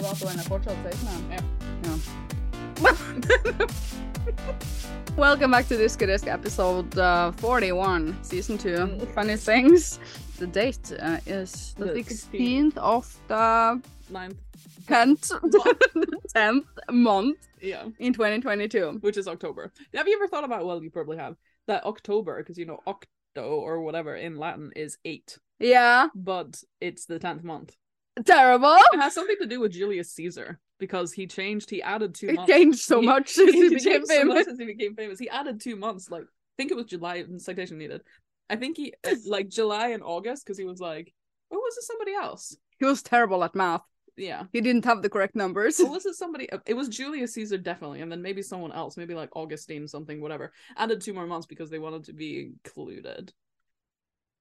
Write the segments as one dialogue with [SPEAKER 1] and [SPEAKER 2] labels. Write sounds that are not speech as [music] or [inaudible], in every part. [SPEAKER 1] Evakuoja kortsalteiksmään.
[SPEAKER 2] Joo.
[SPEAKER 1] Joo. [laughs] Welcome back to this Disk episode uh, 41, season 2.
[SPEAKER 2] Mm.
[SPEAKER 1] Funny things. The date uh, is the
[SPEAKER 2] The
[SPEAKER 1] 16th of the
[SPEAKER 2] Ninth.
[SPEAKER 1] [laughs]
[SPEAKER 2] [laughs]
[SPEAKER 1] 10th, [laughs] 10th month
[SPEAKER 2] Yeah.
[SPEAKER 1] in 2022.
[SPEAKER 2] Which is October. Have you ever thought about, well, you probably have, that October, because you know, octo or whatever in Latin is eight,
[SPEAKER 1] Yeah.
[SPEAKER 2] but it's the 10th month.
[SPEAKER 1] Terrible.
[SPEAKER 2] It has something to do with Julius Caesar because he changed, he added two
[SPEAKER 1] It
[SPEAKER 2] months. [laughs]
[SPEAKER 1] changed so
[SPEAKER 2] He-
[SPEAKER 1] much since
[SPEAKER 2] he
[SPEAKER 1] it became
[SPEAKER 2] changed so much
[SPEAKER 1] famous.
[SPEAKER 2] since he became famous. He added two months. Like, I think it was July. and Citation needed. I
[SPEAKER 1] [laughs]
[SPEAKER 2] think he like July and August because he was like, or was it somebody else?
[SPEAKER 1] He was terrible at math.
[SPEAKER 2] Yeah,
[SPEAKER 1] He didn't have the correct
[SPEAKER 2] [laughs]
[SPEAKER 1] numbers. [laughs]
[SPEAKER 2] or was it somebody? uh, It was Julius Caesar definitely, and then maybe someone else, maybe like Augustine something, whatever. Added two more months because they wanted to be included.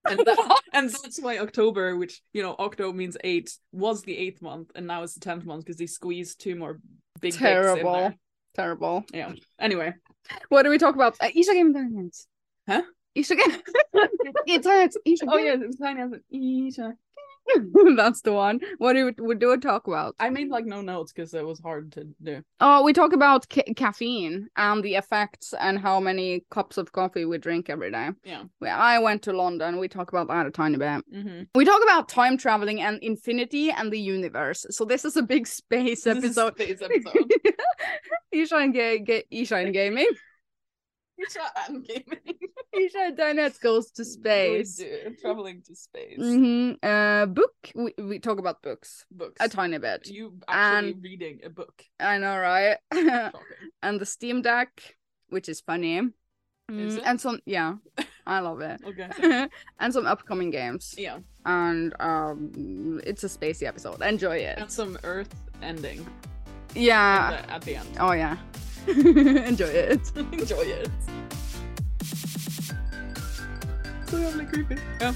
[SPEAKER 2] And,
[SPEAKER 1] [laughs]
[SPEAKER 2] that, and that's why October, which you know, Octo means eight, was the eighth month, and now it's the tenth month because they squeezed two more big dicks in there.
[SPEAKER 1] Terrible. Terrible.
[SPEAKER 2] Anyway,
[SPEAKER 1] What do we talk about? Uh, Isha Game Internet.
[SPEAKER 2] Huh?
[SPEAKER 1] Isha Game
[SPEAKER 2] [laughs]
[SPEAKER 1] Internet. Isha
[SPEAKER 2] oh yeah, it was tiny as an Egypt.
[SPEAKER 1] Game. [laughs] That's the one. What do we, what do we talk about?
[SPEAKER 2] I made like no notes because it was hard to do.
[SPEAKER 1] Oh, we talk about ca- caffeine and the effects and how many cups of coffee we drink every day.
[SPEAKER 2] Yeah.
[SPEAKER 1] Well, I went to London. We talk about that a tiny bit.
[SPEAKER 2] Mm-hmm.
[SPEAKER 1] We talk about time traveling and infinity and the universe. So this is a big space episode. [laughs]
[SPEAKER 2] This episode.
[SPEAKER 1] Isha and Ga- Ga- Isha and Gaming.
[SPEAKER 2] Shut up, gaming.
[SPEAKER 1] Isha and Dinette goes to space.
[SPEAKER 2] We do. Traveling to space.
[SPEAKER 1] hmm Uh, book. We, we talk about books
[SPEAKER 2] Books.
[SPEAKER 1] a tiny bit.
[SPEAKER 2] you actually
[SPEAKER 1] and-
[SPEAKER 2] reading a book.
[SPEAKER 1] I know, right? [laughs]
[SPEAKER 2] Shocking.
[SPEAKER 1] and the Steam Deck, which is funny. Mm,
[SPEAKER 2] it?
[SPEAKER 1] And some, yeah, I love it.
[SPEAKER 2] Okay. [laughs] so-
[SPEAKER 1] [laughs] and some upcoming games.
[SPEAKER 2] yeah.
[SPEAKER 1] And um, it's a spacey episode. Enjoy it.
[SPEAKER 2] And some Earth ending
[SPEAKER 1] Yeah.
[SPEAKER 2] at the- at the end. [laughs]
[SPEAKER 1] Oh yeah. [laughs] Enjoy it.
[SPEAKER 2] Enjoy it. Så jävla creepy. Ja,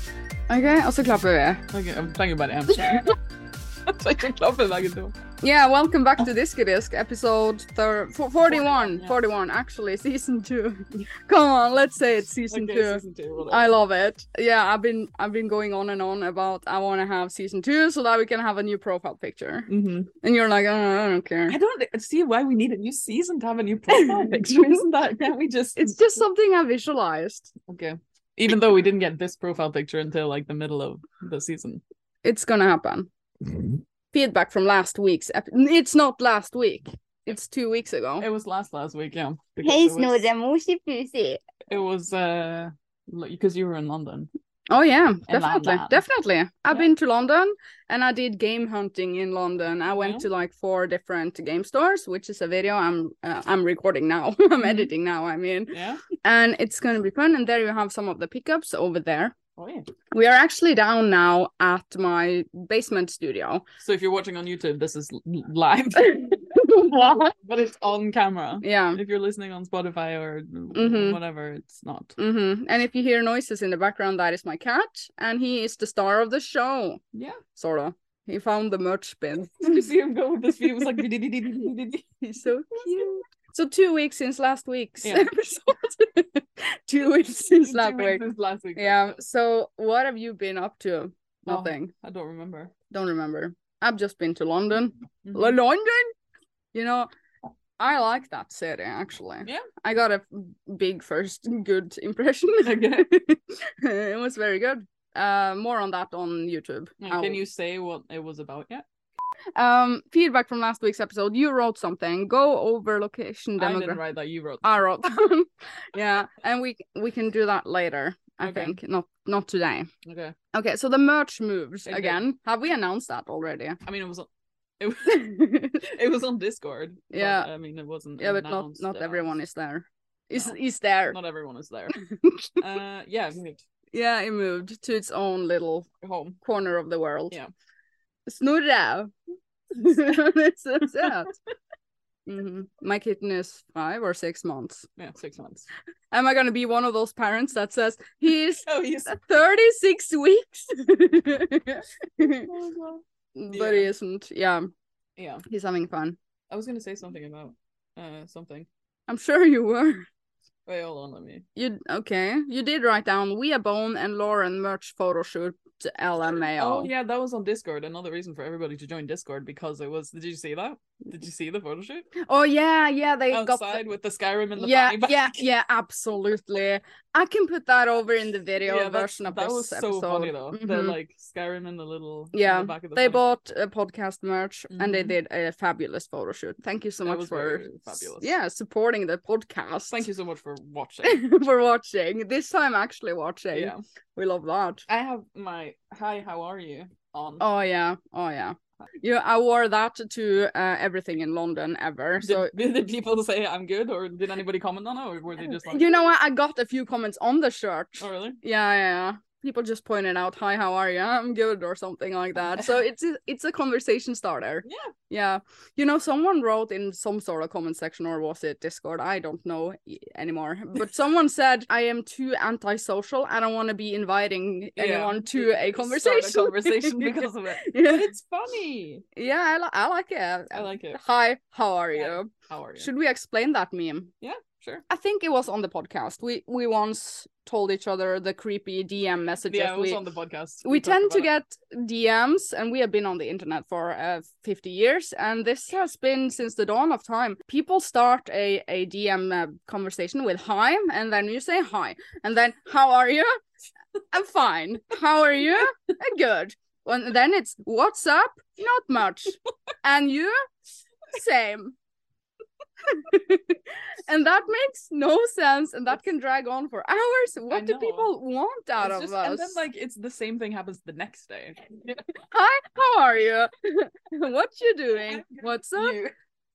[SPEAKER 1] Okay, och så klappar vi.
[SPEAKER 2] okej. Jag tänker bara det. [laughs] I'm sorry. Jag tänker klart för vägen då.
[SPEAKER 1] Yeah, welcome back to Disco Disc, episode thir- for- 41, 41,
[SPEAKER 2] yeah.
[SPEAKER 1] actually, [laughs] season 2. Come on, let's say it's season
[SPEAKER 2] Okej,
[SPEAKER 1] 2.
[SPEAKER 2] season two, whatever.
[SPEAKER 1] I love it. Yeah, I've been I've been going on and on about I want to have season two so that we can have a new profile picture.
[SPEAKER 2] Mhm.
[SPEAKER 1] And you're like, oh, I don't care.
[SPEAKER 2] I don't see why we need a new season to have [laughs] a new profile picture. Isn't that? Can't we just?
[SPEAKER 1] It's just something I visualized.
[SPEAKER 2] okay. Even though we didn't get this profile picture until like the middle of the season.
[SPEAKER 1] It's gonna happen. Feedback from last week's. Ep- it's not last week. It's two weeks ago.
[SPEAKER 2] It was last last week, yeah. because
[SPEAKER 3] Hej
[SPEAKER 2] it was,
[SPEAKER 3] Snoddemoshi Fusi!
[SPEAKER 2] it was uh because you were in London.
[SPEAKER 1] Oh yeah, definitely,
[SPEAKER 2] London.
[SPEAKER 1] definitely. I've
[SPEAKER 2] Yeah.
[SPEAKER 1] been to London and I did game hunting in London. I went
[SPEAKER 2] Yeah.
[SPEAKER 1] to like four different game stores, which is a video I'm uh, I'm recording now. [laughs] I'm
[SPEAKER 2] Mhm.
[SPEAKER 1] editing now. I mean.
[SPEAKER 2] Yeah.
[SPEAKER 1] and it's going to be fun. And there you have some of the pickups over there.
[SPEAKER 2] Oh yeah.
[SPEAKER 1] We are actually down now at my basement studio.
[SPEAKER 2] So if you're watching on YouTube, this is l- live,
[SPEAKER 1] [laughs]
[SPEAKER 2] but it's on camera.
[SPEAKER 1] yeah.
[SPEAKER 2] If you're listening on Spotify or
[SPEAKER 1] Mhm.
[SPEAKER 2] whatever, it's not.
[SPEAKER 1] hmm And if you hear noises in the background, that is my cat, and he is the star of the show,
[SPEAKER 2] Yeah.
[SPEAKER 1] sort of. He found the merch bin.
[SPEAKER 2] [laughs]
[SPEAKER 1] [laughs]
[SPEAKER 2] You see him go with this view. It [laughs] was like.
[SPEAKER 1] He's so cute. So two weeks since last week's
[SPEAKER 2] Yeah.
[SPEAKER 1] episode. [laughs] two weeks since last
[SPEAKER 2] Two weeks
[SPEAKER 1] week.
[SPEAKER 2] since Last week.
[SPEAKER 1] Yeah. So what have you been up to?
[SPEAKER 2] Oh.
[SPEAKER 1] Nothing.
[SPEAKER 2] I don't remember.
[SPEAKER 1] Don't remember. I've just been to London.
[SPEAKER 2] Mhm.
[SPEAKER 1] L- London. You know, I like that city actually.
[SPEAKER 2] Yeah.
[SPEAKER 1] I got a f- big first [laughs] good impression.
[SPEAKER 2] [laughs] Okay.
[SPEAKER 1] [laughs] it was very good. Uh, more on that on YouTube.
[SPEAKER 2] Like, Mm-hmm. Can
[SPEAKER 1] I'll-
[SPEAKER 2] you say what it was about yet?
[SPEAKER 1] Um, feedback from last week's episode. You wrote something. Go over location
[SPEAKER 2] I didn't
[SPEAKER 1] demographic.
[SPEAKER 2] write that. You wrote.
[SPEAKER 1] I
[SPEAKER 2] [laughs]
[SPEAKER 1] wrote. them. [laughs] yeah, and we we can do that later. I
[SPEAKER 2] Okay.
[SPEAKER 1] think not not today.
[SPEAKER 2] Okay.
[SPEAKER 1] Okay, so the merch moves
[SPEAKER 2] Okay.
[SPEAKER 1] again. Have we announced that already?
[SPEAKER 2] I mean, it was. On, it,
[SPEAKER 1] [laughs]
[SPEAKER 2] was- it was on Discord. but,
[SPEAKER 1] Yeah.
[SPEAKER 2] I mean, it wasn't.
[SPEAKER 1] Yeah, but not not everyone is there. Is is there?
[SPEAKER 2] Not everyone is
[SPEAKER 1] [laughs]
[SPEAKER 2] there. uh, yeah, moved
[SPEAKER 1] Yeah, it moved to its own little
[SPEAKER 2] home.
[SPEAKER 1] corner of the world.
[SPEAKER 2] Yeah. [laughs]
[SPEAKER 1] [laughs] Snurra. That's so sad. Mhm. My kitten is five or six months.
[SPEAKER 2] Yeah, six months.
[SPEAKER 1] Am I gonna be one of those parents that says he's
[SPEAKER 2] Oh, he's.
[SPEAKER 1] 36 weeks? [laughs] but
[SPEAKER 2] Yeah.
[SPEAKER 1] he isn't. Yeah,
[SPEAKER 2] Yeah,
[SPEAKER 1] he's having fun.
[SPEAKER 2] I was gonna say something about uh something.
[SPEAKER 1] I'm sure you were.
[SPEAKER 2] Wait, hold on, let me.
[SPEAKER 1] You okay? You did write down Wea Bone and Lauren merch photoshoot LMAO.
[SPEAKER 2] Oh yeah, that was on Discord. Another reason for everybody to join Discord because it was. Did you see that? Did you see the photo shoot
[SPEAKER 1] Oh yeah, yeah, they got the-
[SPEAKER 2] outside with the Skyrim and the
[SPEAKER 1] yeah,
[SPEAKER 2] bunny back? [laughs]
[SPEAKER 1] yeah, yeah, absolutely. I can put that over in the video
[SPEAKER 2] Yeah, that's-
[SPEAKER 1] version of
[SPEAKER 2] that
[SPEAKER 1] this
[SPEAKER 2] was so
[SPEAKER 1] episode.
[SPEAKER 2] funny though. The
[SPEAKER 1] Mhm.
[SPEAKER 2] like Skyrim and the little in
[SPEAKER 1] Yeah,
[SPEAKER 2] the back of the
[SPEAKER 1] they
[SPEAKER 2] bunny.
[SPEAKER 1] bought a podcast merch and they
[SPEAKER 2] Mhm.
[SPEAKER 1] did a fabulous photo shoot. Thank you so
[SPEAKER 2] That
[SPEAKER 1] much
[SPEAKER 2] was
[SPEAKER 1] for
[SPEAKER 2] very fabulous.
[SPEAKER 1] yeah supporting the podcast.
[SPEAKER 2] Thank you so much for
[SPEAKER 1] [laughs]
[SPEAKER 2] watching.
[SPEAKER 1] you for watching. This time actually watching.
[SPEAKER 2] yeah,
[SPEAKER 1] We love that.
[SPEAKER 2] I have my hi. How are you? On
[SPEAKER 1] Oh yeah, oh yeah. You, I wore that to uh, everything in London ever.
[SPEAKER 2] Did-
[SPEAKER 1] So
[SPEAKER 2] [laughs] did, people say I'm good, or did anybody comment on it, or were they just like,
[SPEAKER 1] you know what? I got a few comments on the shirt.
[SPEAKER 2] "Oh really?"
[SPEAKER 1] Yeah, yeah, yeah. People just pointed out, "Hi, how are you? I'm good," or something like that.
[SPEAKER 2] [laughs]
[SPEAKER 1] So it's a, it's a conversation starter.
[SPEAKER 2] Yeah.
[SPEAKER 1] Yeah. You know, someone wrote in some sort of comment section, or was it Discord? I don't know e- anymore. But someone said, "I am too antisocial. I don't want to be inviting
[SPEAKER 2] Yeah.
[SPEAKER 1] anyone to a
[SPEAKER 2] Start
[SPEAKER 1] conversation." [laughs]
[SPEAKER 2] a conversation because of it. But
[SPEAKER 1] yeah,
[SPEAKER 2] it's funny.
[SPEAKER 1] yeah, I, li- I like it.
[SPEAKER 2] I like it.
[SPEAKER 1] Hi, how are
[SPEAKER 2] Yeah.
[SPEAKER 1] you?
[SPEAKER 2] How are you?
[SPEAKER 1] Should we explain that meme?
[SPEAKER 2] sure.
[SPEAKER 1] I think it was on the podcast. We we once told each other the creepy DM messages.
[SPEAKER 2] Yeah, it was
[SPEAKER 1] we
[SPEAKER 2] on the podcast.
[SPEAKER 1] we
[SPEAKER 2] talked
[SPEAKER 1] tend to
[SPEAKER 2] about it.
[SPEAKER 1] get DMs, and we have been on the internet for uh, fifty years, and this has been since the dawn of time. People start a a DM uh, conversation with hi, and then you say hi, and then how are you? I'm fine. How are you? "I'm Good. And then it's what's up? Not
[SPEAKER 2] [laughs]
[SPEAKER 1] much. And you? Same. [laughs] and that makes no sense, and that can drag on for hours. What do
[SPEAKER 2] know.
[SPEAKER 1] people want out
[SPEAKER 2] It's
[SPEAKER 1] of
[SPEAKER 2] just-
[SPEAKER 1] us?
[SPEAKER 2] And then like it's the same thing happens the next
[SPEAKER 1] [laughs]
[SPEAKER 2] day.
[SPEAKER 1] Hi, how are you? [laughs] what you doing?
[SPEAKER 2] I'm good.
[SPEAKER 1] What's up?
[SPEAKER 2] [laughs] You-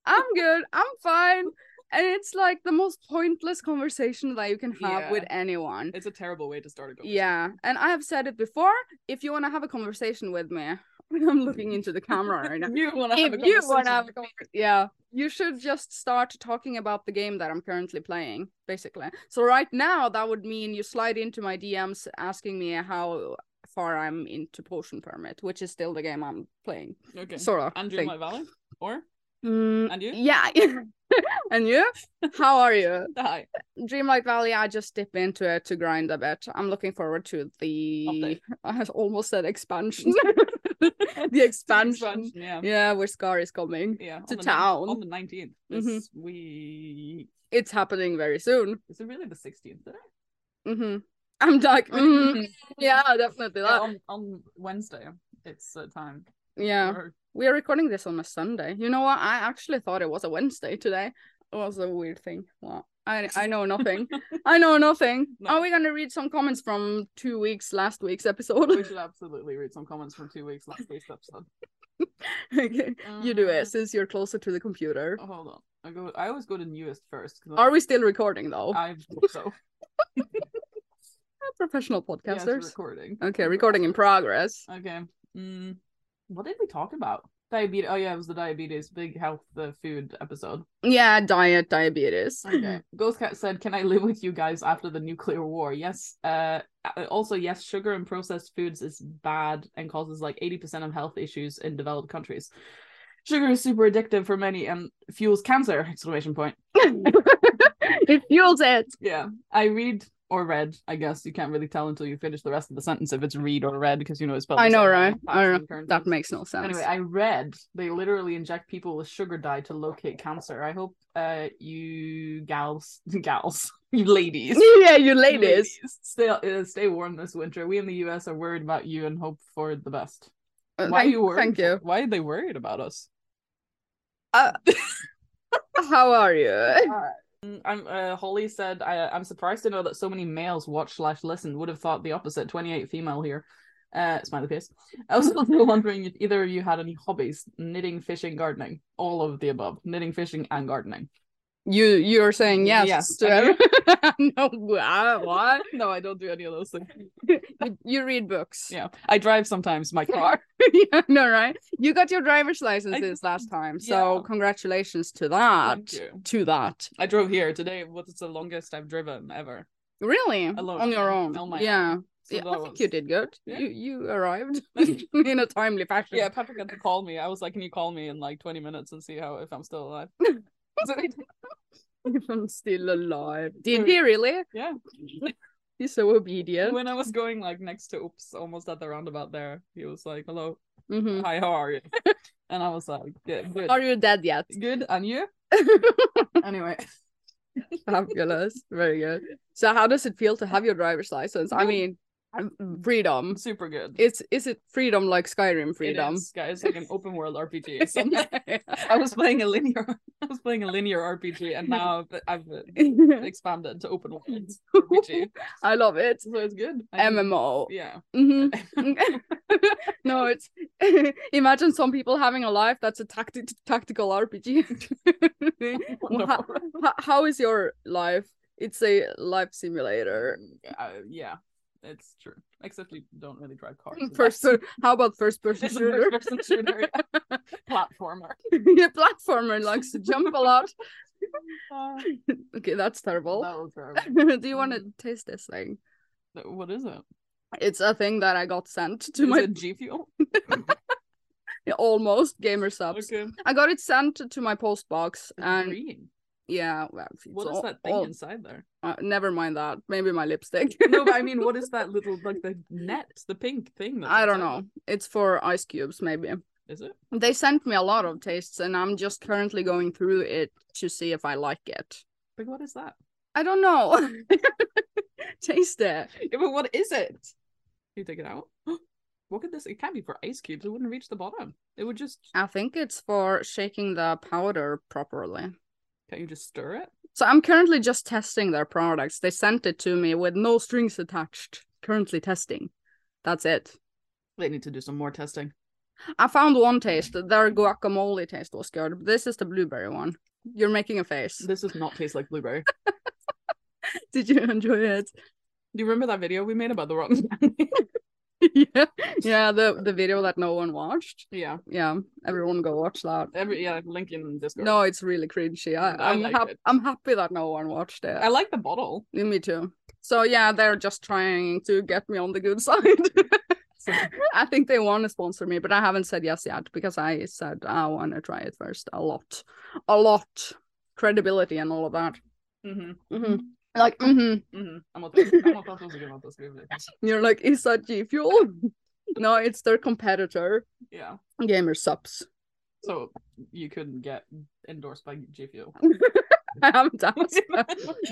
[SPEAKER 1] I'm good. I'm
[SPEAKER 2] [laughs]
[SPEAKER 1] fine. And it's like the most pointless conversation that you can have with anyone.
[SPEAKER 2] It's a terrible way to start a conversation.
[SPEAKER 1] Yeah. And I have said it before. If you want to have a conversation with me, [laughs] I'm looking into the camera right now.
[SPEAKER 2] You want to [laughs] have a
[SPEAKER 1] if you want to
[SPEAKER 2] conversation.
[SPEAKER 1] have a conversation, yeah, you should just start talking about the game that I'm currently playing, basically. So right now, that would mean you slide into my DMs asking me how far I'm into Potion Permit, which is still the game I'm playing. [laughs]
[SPEAKER 2] Okay.
[SPEAKER 1] Sort of.
[SPEAKER 2] Andrew
[SPEAKER 1] thing.
[SPEAKER 2] my valley or
[SPEAKER 1] Mm, [laughs]
[SPEAKER 2] and you
[SPEAKER 1] yeah. and you? How are you?
[SPEAKER 2] hi
[SPEAKER 1] Dreamlight Valley, I just dip into it to grind a bit. I'm looking forward to the.
[SPEAKER 2] Update.
[SPEAKER 1] [laughs] I have almost said
[SPEAKER 2] [laughs]
[SPEAKER 1] expansion. [laughs] the expansion.
[SPEAKER 2] yeah
[SPEAKER 1] Yeah, where Scar is coming.
[SPEAKER 2] yeah on
[SPEAKER 1] To
[SPEAKER 2] the nin-
[SPEAKER 1] town. Mm-hmm.
[SPEAKER 2] on the 19th this week
[SPEAKER 1] It's happening very soon.
[SPEAKER 2] is it really the 16th today?
[SPEAKER 1] hmm I'm
[SPEAKER 2] [laughs]
[SPEAKER 1] like, mm, yeah, definitely
[SPEAKER 2] Yeah, um,
[SPEAKER 1] that.
[SPEAKER 2] on, on Wednesday it's uh, time
[SPEAKER 1] Yeah,
[SPEAKER 2] Or-
[SPEAKER 1] we are recording this on a Sunday. You know what? I actually thought it was a Wednesday today. It was a weird thing. Wow. I, I know nothing. I
[SPEAKER 2] [laughs]
[SPEAKER 1] know nothing.
[SPEAKER 2] No.
[SPEAKER 1] Are we gonna read some comments from two weeks last week's
[SPEAKER 2] we
[SPEAKER 1] episode?
[SPEAKER 2] should absolutely read some comments from two weeks last week's episode
[SPEAKER 1] [laughs] okay. You do it
[SPEAKER 2] Mhm.
[SPEAKER 1] since you're closer to the computer.
[SPEAKER 2] Oh, hold on I go I always go to newest first 'cause
[SPEAKER 1] Are
[SPEAKER 2] I'm-
[SPEAKER 1] we still recording though?
[SPEAKER 2] I
[SPEAKER 1] [laughs]
[SPEAKER 2] so
[SPEAKER 1] We're professional
[SPEAKER 2] yeah, it's
[SPEAKER 1] podcasters.
[SPEAKER 2] recording
[SPEAKER 1] okay, recording in progress.
[SPEAKER 2] Okay. Mm, what did we talk about? Diabetes. Oh yeah, it was the diabetes big health the food episode.
[SPEAKER 1] Yeah, diet, diabetes.
[SPEAKER 2] Okay. uh, Ghost Cat said, "Can I live with you guys after the nuclear war?" Yes. Uh. Also, yes. Sugar and processed foods is bad and causes like eighty percent of health issues in developed countries. Sugar is super addictive for many and fuels cancer! Exclamation point.
[SPEAKER 1] [laughs] it fuels it.
[SPEAKER 2] Yeah. I read or read. I guess you can't really tell until you finish the rest of the sentence if it's read or read because you know it's spelled.
[SPEAKER 1] I
[SPEAKER 2] the
[SPEAKER 1] know,
[SPEAKER 2] same way
[SPEAKER 1] right?
[SPEAKER 2] in
[SPEAKER 1] I
[SPEAKER 2] facts
[SPEAKER 1] know.
[SPEAKER 2] and current
[SPEAKER 1] That
[SPEAKER 2] tense.
[SPEAKER 1] makes no sense.
[SPEAKER 2] Anyway, I read they literally inject people with sugar dye to locate cancer. I hope uh you gals, [laughs] gals, you ladies,
[SPEAKER 1] [laughs] yeah, you ladies.
[SPEAKER 2] stay uh, stay warm this winter. We in the U.S. are worried about you and hope for the best.
[SPEAKER 1] Uh,
[SPEAKER 2] Why
[SPEAKER 1] thank,
[SPEAKER 2] are you worried?
[SPEAKER 1] Thank you.
[SPEAKER 2] Why are they worried
[SPEAKER 1] [laughs]
[SPEAKER 2] about us?
[SPEAKER 1] How are you?
[SPEAKER 2] Mm, I'm uh, Holly said I, I'm surprised to know that so many males watch slash listen. Would have thought the opposite. Twenty eight female here. Uh, smiley face.
[SPEAKER 1] [laughs]
[SPEAKER 2] I was also wondering if either of you had any hobbies: knitting, fishing, gardening. All of the above: knitting, fishing, and gardening.
[SPEAKER 1] You you're saying yes.
[SPEAKER 2] Yes,
[SPEAKER 1] to
[SPEAKER 2] and
[SPEAKER 1] every- [laughs] no, wha- what?
[SPEAKER 2] no, I don't do any of those things.
[SPEAKER 1] You, you read books.
[SPEAKER 2] Yeah, I drive sometimes [laughs] my car.
[SPEAKER 1] yeah, no, right? [laughs] You got your driver's licenses last time, so
[SPEAKER 2] Yeah.
[SPEAKER 1] congratulations to that.
[SPEAKER 2] Thank you.
[SPEAKER 1] To that.
[SPEAKER 2] I drove here today. What's the longest I've driven ever?
[SPEAKER 1] Really?
[SPEAKER 2] Alone,
[SPEAKER 1] On your
[SPEAKER 2] yeah.
[SPEAKER 1] own.
[SPEAKER 2] On my
[SPEAKER 1] yeah.
[SPEAKER 2] So
[SPEAKER 1] yeah
[SPEAKER 2] that
[SPEAKER 1] I think
[SPEAKER 2] was-
[SPEAKER 1] you did good.
[SPEAKER 2] Yeah.
[SPEAKER 1] You you arrived [laughs] in a timely fashion.
[SPEAKER 2] Yeah, Patrick had to
[SPEAKER 1] [laughs]
[SPEAKER 2] [laughs] call me. I was like, "Can you call me in like twenty minutes and see how if I'm still alive?" So he did.
[SPEAKER 1] If I'm still alive. Did he really? [laughs]
[SPEAKER 2] Yeah.
[SPEAKER 1] He's so obedient.
[SPEAKER 2] When I was going like next to Oops, almost at the roundabout there, he was like, "Hello,
[SPEAKER 1] Mhm.
[SPEAKER 2] hi, how
[SPEAKER 1] [laughs]
[SPEAKER 2] are you?" and I was like, "Yeah, good,
[SPEAKER 1] Are you dead
[SPEAKER 2] [laughs]
[SPEAKER 1] yet?
[SPEAKER 2] good, and you?"
[SPEAKER 1] [laughs]
[SPEAKER 2] anyway,
[SPEAKER 1] Fabulous. Very good. So how does it feel to have your driver's license? I
[SPEAKER 2] Good.
[SPEAKER 1] mean freedom.
[SPEAKER 2] super good.
[SPEAKER 1] It's is it freedom like Skyrim
[SPEAKER 2] It
[SPEAKER 1] freedom?
[SPEAKER 2] is, guys. Like an open
[SPEAKER 1] [laughs]
[SPEAKER 2] world RPG. So [laughs] I was playing a linear. [laughs] I was playing a linear RPG, and now I've, I've uh,
[SPEAKER 1] [laughs]
[SPEAKER 2] expanded to open world RPG.
[SPEAKER 1] I love it.
[SPEAKER 2] So it's good. I think-
[SPEAKER 1] MMO.
[SPEAKER 2] Yeah. [laughs]
[SPEAKER 1] Mhm. no, it's [laughs] imagine some people having a life that's a tacti- tactical [laughs] RPG. Well, how,
[SPEAKER 2] Wonderful.
[SPEAKER 1] how- how is your life? It's a life simulator.
[SPEAKER 2] Uh, yeah, it's true. Except you don't really drive cars. so
[SPEAKER 1] First,
[SPEAKER 2] that's-
[SPEAKER 1] per- how about first person
[SPEAKER 2] it's [laughs] a
[SPEAKER 1] shooter?
[SPEAKER 2] first-person shooter, yeah.
[SPEAKER 1] [laughs]
[SPEAKER 2] platformer.
[SPEAKER 1] the platformer likes to jump a
[SPEAKER 2] [laughs]
[SPEAKER 1] lot.
[SPEAKER 2] Uh,
[SPEAKER 1] Okay, that's terrible.
[SPEAKER 2] that was
[SPEAKER 1] [laughs]
[SPEAKER 2] terrible.
[SPEAKER 1] Do you want to
[SPEAKER 2] Mm.
[SPEAKER 1] taste this thing?
[SPEAKER 2] What is it?
[SPEAKER 1] It's a thing that I got sent to
[SPEAKER 2] Is
[SPEAKER 1] my
[SPEAKER 2] it G Fuel?
[SPEAKER 1] [laughs] almost gamer subs.
[SPEAKER 2] Okay.
[SPEAKER 1] I got it sent to my post box,
[SPEAKER 2] It's
[SPEAKER 1] and
[SPEAKER 2] green.
[SPEAKER 1] yeah, well, it's
[SPEAKER 2] What is
[SPEAKER 1] all-
[SPEAKER 2] that thing
[SPEAKER 1] all-
[SPEAKER 2] inside there?
[SPEAKER 1] [laughs] uh, never mind that. Maybe my lipstick. [laughs]
[SPEAKER 2] No, but I mean, what is that little like the net, the pink thing? that's
[SPEAKER 1] I don't
[SPEAKER 2] inside
[SPEAKER 1] know. It's for ice cubes, maybe.
[SPEAKER 2] there? Is it?
[SPEAKER 1] They sent me a lot of tastes, and I'm just currently going through it to see if I like it.
[SPEAKER 2] Like, what is that?
[SPEAKER 1] I don't know. [laughs] Taste it.
[SPEAKER 2] Yeah, but what is it? You take it out. [gasps] what could this? It can't be for ice cubes. It wouldn't reach the bottom. It would just.
[SPEAKER 1] I think it's for shaking the powder properly.
[SPEAKER 2] Can't you just stir it?
[SPEAKER 1] So I'm currently just testing their products. They sent it to me with no strings attached. Currently testing. That's it.
[SPEAKER 2] They need to do some more testing.
[SPEAKER 1] I found one taste. Their guacamole taste was good. This is the blueberry one. You're making a face.
[SPEAKER 2] [laughs] This does not taste like blueberry.
[SPEAKER 1] Did you enjoy it?
[SPEAKER 2] Do you remember that video we made about the rotten?
[SPEAKER 1] [laughs] yeah. Yeah, the, the video that no one watched.
[SPEAKER 2] [laughs] yeah,
[SPEAKER 1] Yeah, everyone go watch that.
[SPEAKER 2] every yeah link in Discord.
[SPEAKER 1] No, it's really cringy. I,
[SPEAKER 2] I
[SPEAKER 1] I'm,
[SPEAKER 2] like
[SPEAKER 1] hap-
[SPEAKER 2] it.
[SPEAKER 1] I'm happy that no one watched it.
[SPEAKER 2] I like the bottle.
[SPEAKER 1] Yeah, Me too. So yeah, they're just trying to get me on the good [laughs] side.
[SPEAKER 2] So,
[SPEAKER 1] I think they want to sponsor me, but I haven't said yes yet because I said I want to try it first a lot, a lot, credibility and all of that.
[SPEAKER 2] hmm
[SPEAKER 1] Mhm. Like, hmm
[SPEAKER 2] hmm I'm not. I'm not supposed to give up this video.
[SPEAKER 1] you're like, is that G Fuel? [laughs] no, it's their competitor,
[SPEAKER 2] Yeah.
[SPEAKER 1] Gamer Subs. [laughs]
[SPEAKER 2] So you couldn't get endorsed by G Fuel. [laughs]
[SPEAKER 1] I'm down.
[SPEAKER 2] Not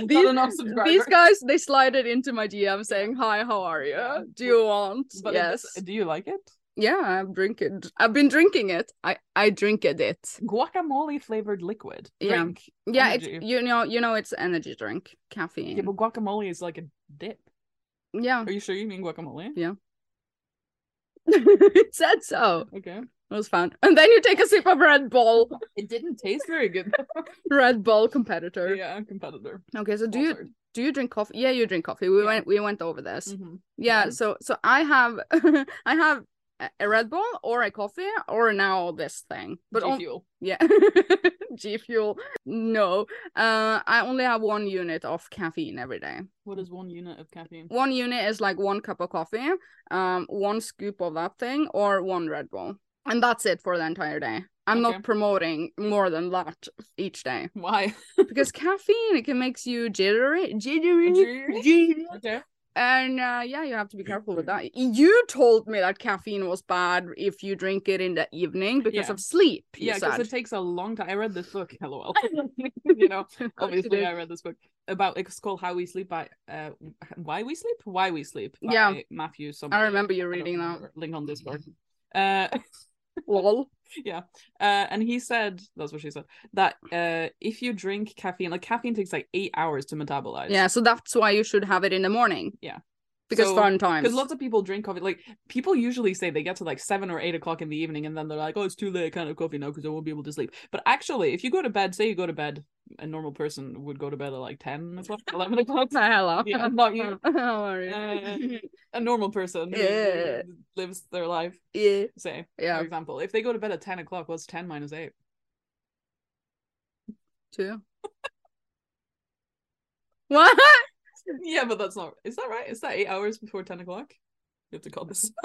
[SPEAKER 1] These-
[SPEAKER 2] enough
[SPEAKER 1] These
[SPEAKER 2] subscribers.
[SPEAKER 1] guys, they slided into my DM saying, "Hi, how are you?
[SPEAKER 2] Yeah.
[SPEAKER 1] Do you want?"
[SPEAKER 2] But it
[SPEAKER 1] yes.
[SPEAKER 2] does- do you like it?
[SPEAKER 1] Yeah, I'm drinking. I've been drinking it. I I drink it. it.
[SPEAKER 2] Guacamole flavored liquid.
[SPEAKER 1] Yeah.
[SPEAKER 2] Drink.
[SPEAKER 1] Yeah, it's
[SPEAKER 2] Energy.
[SPEAKER 1] you know you know it's energy drink, caffeine.
[SPEAKER 2] Yeah, but guacamole is like a dip.
[SPEAKER 1] Yeah, [laughs]
[SPEAKER 2] Are you sure you mean guacamole?
[SPEAKER 1] it said so.
[SPEAKER 2] Okay.
[SPEAKER 1] It was fun. And then you take a sip of Red Bull,
[SPEAKER 2] It didn't taste very good.
[SPEAKER 1] Red Bull competitor.
[SPEAKER 2] [laughs] yeah, competitor.
[SPEAKER 1] Okay, so do you do you drink coffee? Yeah, you drink coffee. We
[SPEAKER 2] Yeah.
[SPEAKER 1] went we went over this.
[SPEAKER 2] hmm
[SPEAKER 1] Yeah,
[SPEAKER 2] Mhm.
[SPEAKER 1] so so I have [laughs] I have a- a Red Bull or a coffee or now this thing, but
[SPEAKER 2] But
[SPEAKER 1] on,
[SPEAKER 2] fuel.
[SPEAKER 1] Yeah. [laughs] G Fuel. No. Uh I only have one unit of caffeine every day.
[SPEAKER 2] What is one unit of caffeine?
[SPEAKER 1] One unit is like one cup of coffee, um, one scoop of that thing, or one Red Bull. And that's it for the entire day. I'm
[SPEAKER 2] Okay.
[SPEAKER 1] not promoting more than that each
[SPEAKER 2] [laughs]
[SPEAKER 1] day.
[SPEAKER 2] Why?
[SPEAKER 1] Because caffeine it can makes you jittery jittery
[SPEAKER 2] Jittery?
[SPEAKER 1] jittery.
[SPEAKER 2] Okay.
[SPEAKER 1] And uh, yeah, you have to be careful with that. You told me that caffeine was bad if you drink it in the evening because
[SPEAKER 2] Yeah.
[SPEAKER 1] of sleep. You
[SPEAKER 2] Yeah, because
[SPEAKER 1] said. [laughs]
[SPEAKER 2] it takes a long time. I read this book. [laughs] Hello. you know,
[SPEAKER 1] Of course you
[SPEAKER 2] obviously
[SPEAKER 1] did.
[SPEAKER 2] I read this book about it's called How We Sleep by uh Why We Sleep? Why We Sleep by
[SPEAKER 1] Yeah.
[SPEAKER 2] Matthew somebody.
[SPEAKER 1] I remember you
[SPEAKER 2] I don't
[SPEAKER 1] reading that.
[SPEAKER 2] remember. Link on Discord. Uh [laughs]
[SPEAKER 1] Lol.
[SPEAKER 2] Uh, and he said, that's what she said, that uh, if you drink caffeine, like caffeine takes like eight hours to metabolize.
[SPEAKER 1] Yeah, so that's why you should have it in the morning.
[SPEAKER 2] Yeah.
[SPEAKER 1] Because
[SPEAKER 2] So-
[SPEAKER 1] fun times.
[SPEAKER 2] Because lots of people drink coffee. Like people usually say they get to like seven or eight o'clock in the evening and then they're like, oh, it's too late. I can't have coffee now because I won't be able to sleep. But actually, if you go to bed, say you go to bed, a normal person would go to bed at like 10 [laughs] o'clock,
[SPEAKER 1] [laughs]
[SPEAKER 2] 11 o'clock.
[SPEAKER 1] Nah, hello.
[SPEAKER 2] Yeah,
[SPEAKER 1] [laughs]
[SPEAKER 2] not you.
[SPEAKER 1] How are you?
[SPEAKER 2] Uh, A normal person who
[SPEAKER 1] Yeah.
[SPEAKER 2] lives their life,
[SPEAKER 1] [laughs] yeah.
[SPEAKER 2] say, for
[SPEAKER 1] Yeah,
[SPEAKER 2] example, if they go to bed at 10 o'clock, what's 10
[SPEAKER 1] [laughs]
[SPEAKER 2] minus 8?
[SPEAKER 1] too. [laughs] what?
[SPEAKER 2] Yeah, but that's not. Is that right? Is that eight hours before ten o'clock? You have to call this.
[SPEAKER 1] [laughs]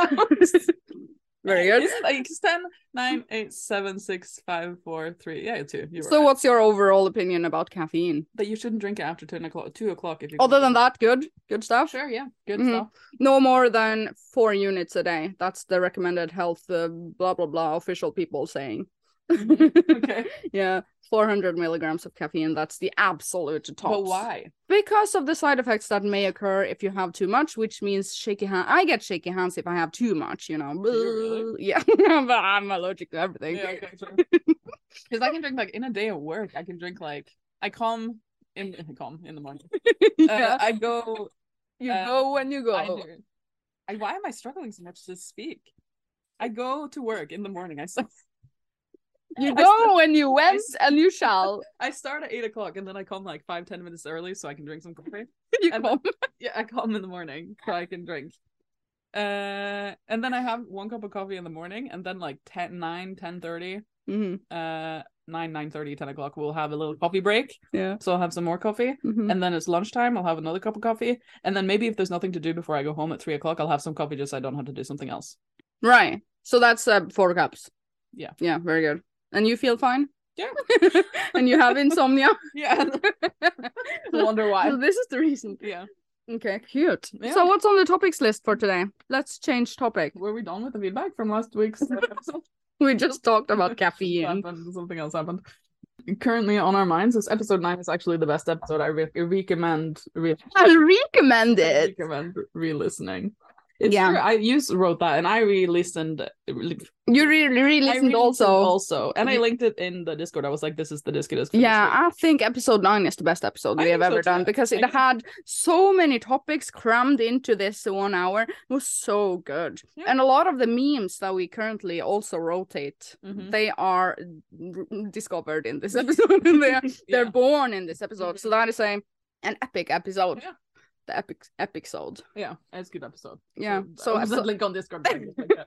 [SPEAKER 1] Very good.
[SPEAKER 2] It's like it's 10, 9, 8, 7, 6, 5, 4, 3. Yeah, 2. You were
[SPEAKER 1] So,
[SPEAKER 2] right.
[SPEAKER 1] what's your overall opinion about caffeine?
[SPEAKER 2] But you shouldn't drink it after 10 o'clock, 2 o'clock if you
[SPEAKER 1] Other than that, good, good stuff.
[SPEAKER 2] Sure, yeah. Good
[SPEAKER 1] Mhm.
[SPEAKER 2] stuff.
[SPEAKER 1] No more than four units a day. That's the recommended health, uh, blah blah blah. Official people saying,
[SPEAKER 2] Mhm.
[SPEAKER 1] Mm-hmm. [laughs]
[SPEAKER 2] Okay.
[SPEAKER 1] yeah, 400 milligrams of caffeine. That's the absolute top.
[SPEAKER 2] But why?
[SPEAKER 1] because of the side effects that may occur if you have too much, which means shaky hand. I get shaky hands if I have too much, you know.
[SPEAKER 2] you
[SPEAKER 1] [laughs] Yeah, but I'm allergic to everything.
[SPEAKER 2] Yeah, okay, sure. Because I can drink like in a day at work, I can drink like I come in [laughs] I come in the morning.
[SPEAKER 1] [laughs] [laughs] Yeah.
[SPEAKER 2] Uh, I go
[SPEAKER 1] you
[SPEAKER 2] uh,
[SPEAKER 1] go when you go.
[SPEAKER 2] I do. I, why am I struggling so much to speak? I go to work in the morning. I start,
[SPEAKER 1] You
[SPEAKER 2] [laughs] I
[SPEAKER 1] go when you went
[SPEAKER 2] s-
[SPEAKER 1] and you shall.
[SPEAKER 2] I start at eight o'clock and then I come like five, ten minutes early so I can drink some coffee.
[SPEAKER 1] You
[SPEAKER 2] [laughs] And-
[SPEAKER 1] come.
[SPEAKER 2] Yeah, I come in the morning so I can drink. Uh, and then I have one cup of coffee in the morning and then like 10, 9, 10
[SPEAKER 1] Mhm,
[SPEAKER 2] uh, 9, 9 10 o'clock, we'll have a little coffee break.
[SPEAKER 1] Yeah.
[SPEAKER 2] So I'll have some more coffee.
[SPEAKER 1] mhm.
[SPEAKER 2] And then it's lunchtime. I'll have another cup of coffee. And then maybe if there's nothing to do before I go home at three o'clock, I'll have some coffee just so I don't have to do something else.
[SPEAKER 1] Right. So that's uh, four cups.
[SPEAKER 2] Yeah.
[SPEAKER 1] Yeah. Very good. And you feel fine.
[SPEAKER 2] Yeah.
[SPEAKER 1] and you have
[SPEAKER 2] [laughs]
[SPEAKER 1] insomnia.
[SPEAKER 2] Yeah. Wonder why.
[SPEAKER 1] So this is the reason.
[SPEAKER 2] Yeah.
[SPEAKER 1] Okay. Cute.
[SPEAKER 2] Yeah.
[SPEAKER 1] So what's on the topics list for today? Let's change topic.
[SPEAKER 2] Were we done with the feedback from last week's episode?
[SPEAKER 1] We just talked
[SPEAKER 2] [laughs]
[SPEAKER 1] about caffeine.
[SPEAKER 2] Happened- Something else happened. Currently on our minds, this episode nine is actually the best episode. I re- recommend
[SPEAKER 1] [laughs]
[SPEAKER 2] re-
[SPEAKER 1] I recommend
[SPEAKER 2] I
[SPEAKER 1] it.
[SPEAKER 2] recommend re-listening. It's
[SPEAKER 1] Yeah.
[SPEAKER 2] true. I used wrote that, and I re-listened. re-
[SPEAKER 1] You really, really
[SPEAKER 2] I
[SPEAKER 1] listened
[SPEAKER 2] re-listened
[SPEAKER 1] also.
[SPEAKER 2] also, and I linked it in the Discord. I was like, "This is the disc it is." for this
[SPEAKER 1] Yeah,
[SPEAKER 2] week."
[SPEAKER 1] I think episode nine is the best episode
[SPEAKER 2] I
[SPEAKER 1] we have
[SPEAKER 2] think so
[SPEAKER 1] ever done
[SPEAKER 2] too.
[SPEAKER 1] because
[SPEAKER 2] I
[SPEAKER 1] it
[SPEAKER 2] think-
[SPEAKER 1] had so many topics crammed into this one hour. It was so good.
[SPEAKER 2] Yeah.
[SPEAKER 1] And a lot of the memes that we currently also rotate,
[SPEAKER 2] Mhm.
[SPEAKER 1] they are r- discovered in this [laughs] episode. and they're,
[SPEAKER 2] Yeah. Mm-hmm.
[SPEAKER 1] they're born in this episode. So that is a an epic episode.
[SPEAKER 2] Yeah.
[SPEAKER 1] The epic episode.
[SPEAKER 2] Yeah, it's a good episode.
[SPEAKER 1] Yeah.
[SPEAKER 2] So, um,
[SPEAKER 1] So,
[SPEAKER 2] I'll [laughs]
[SPEAKER 1] episode-
[SPEAKER 2] link on
[SPEAKER 1] [laughs]
[SPEAKER 2] Discord. for you, like, uh,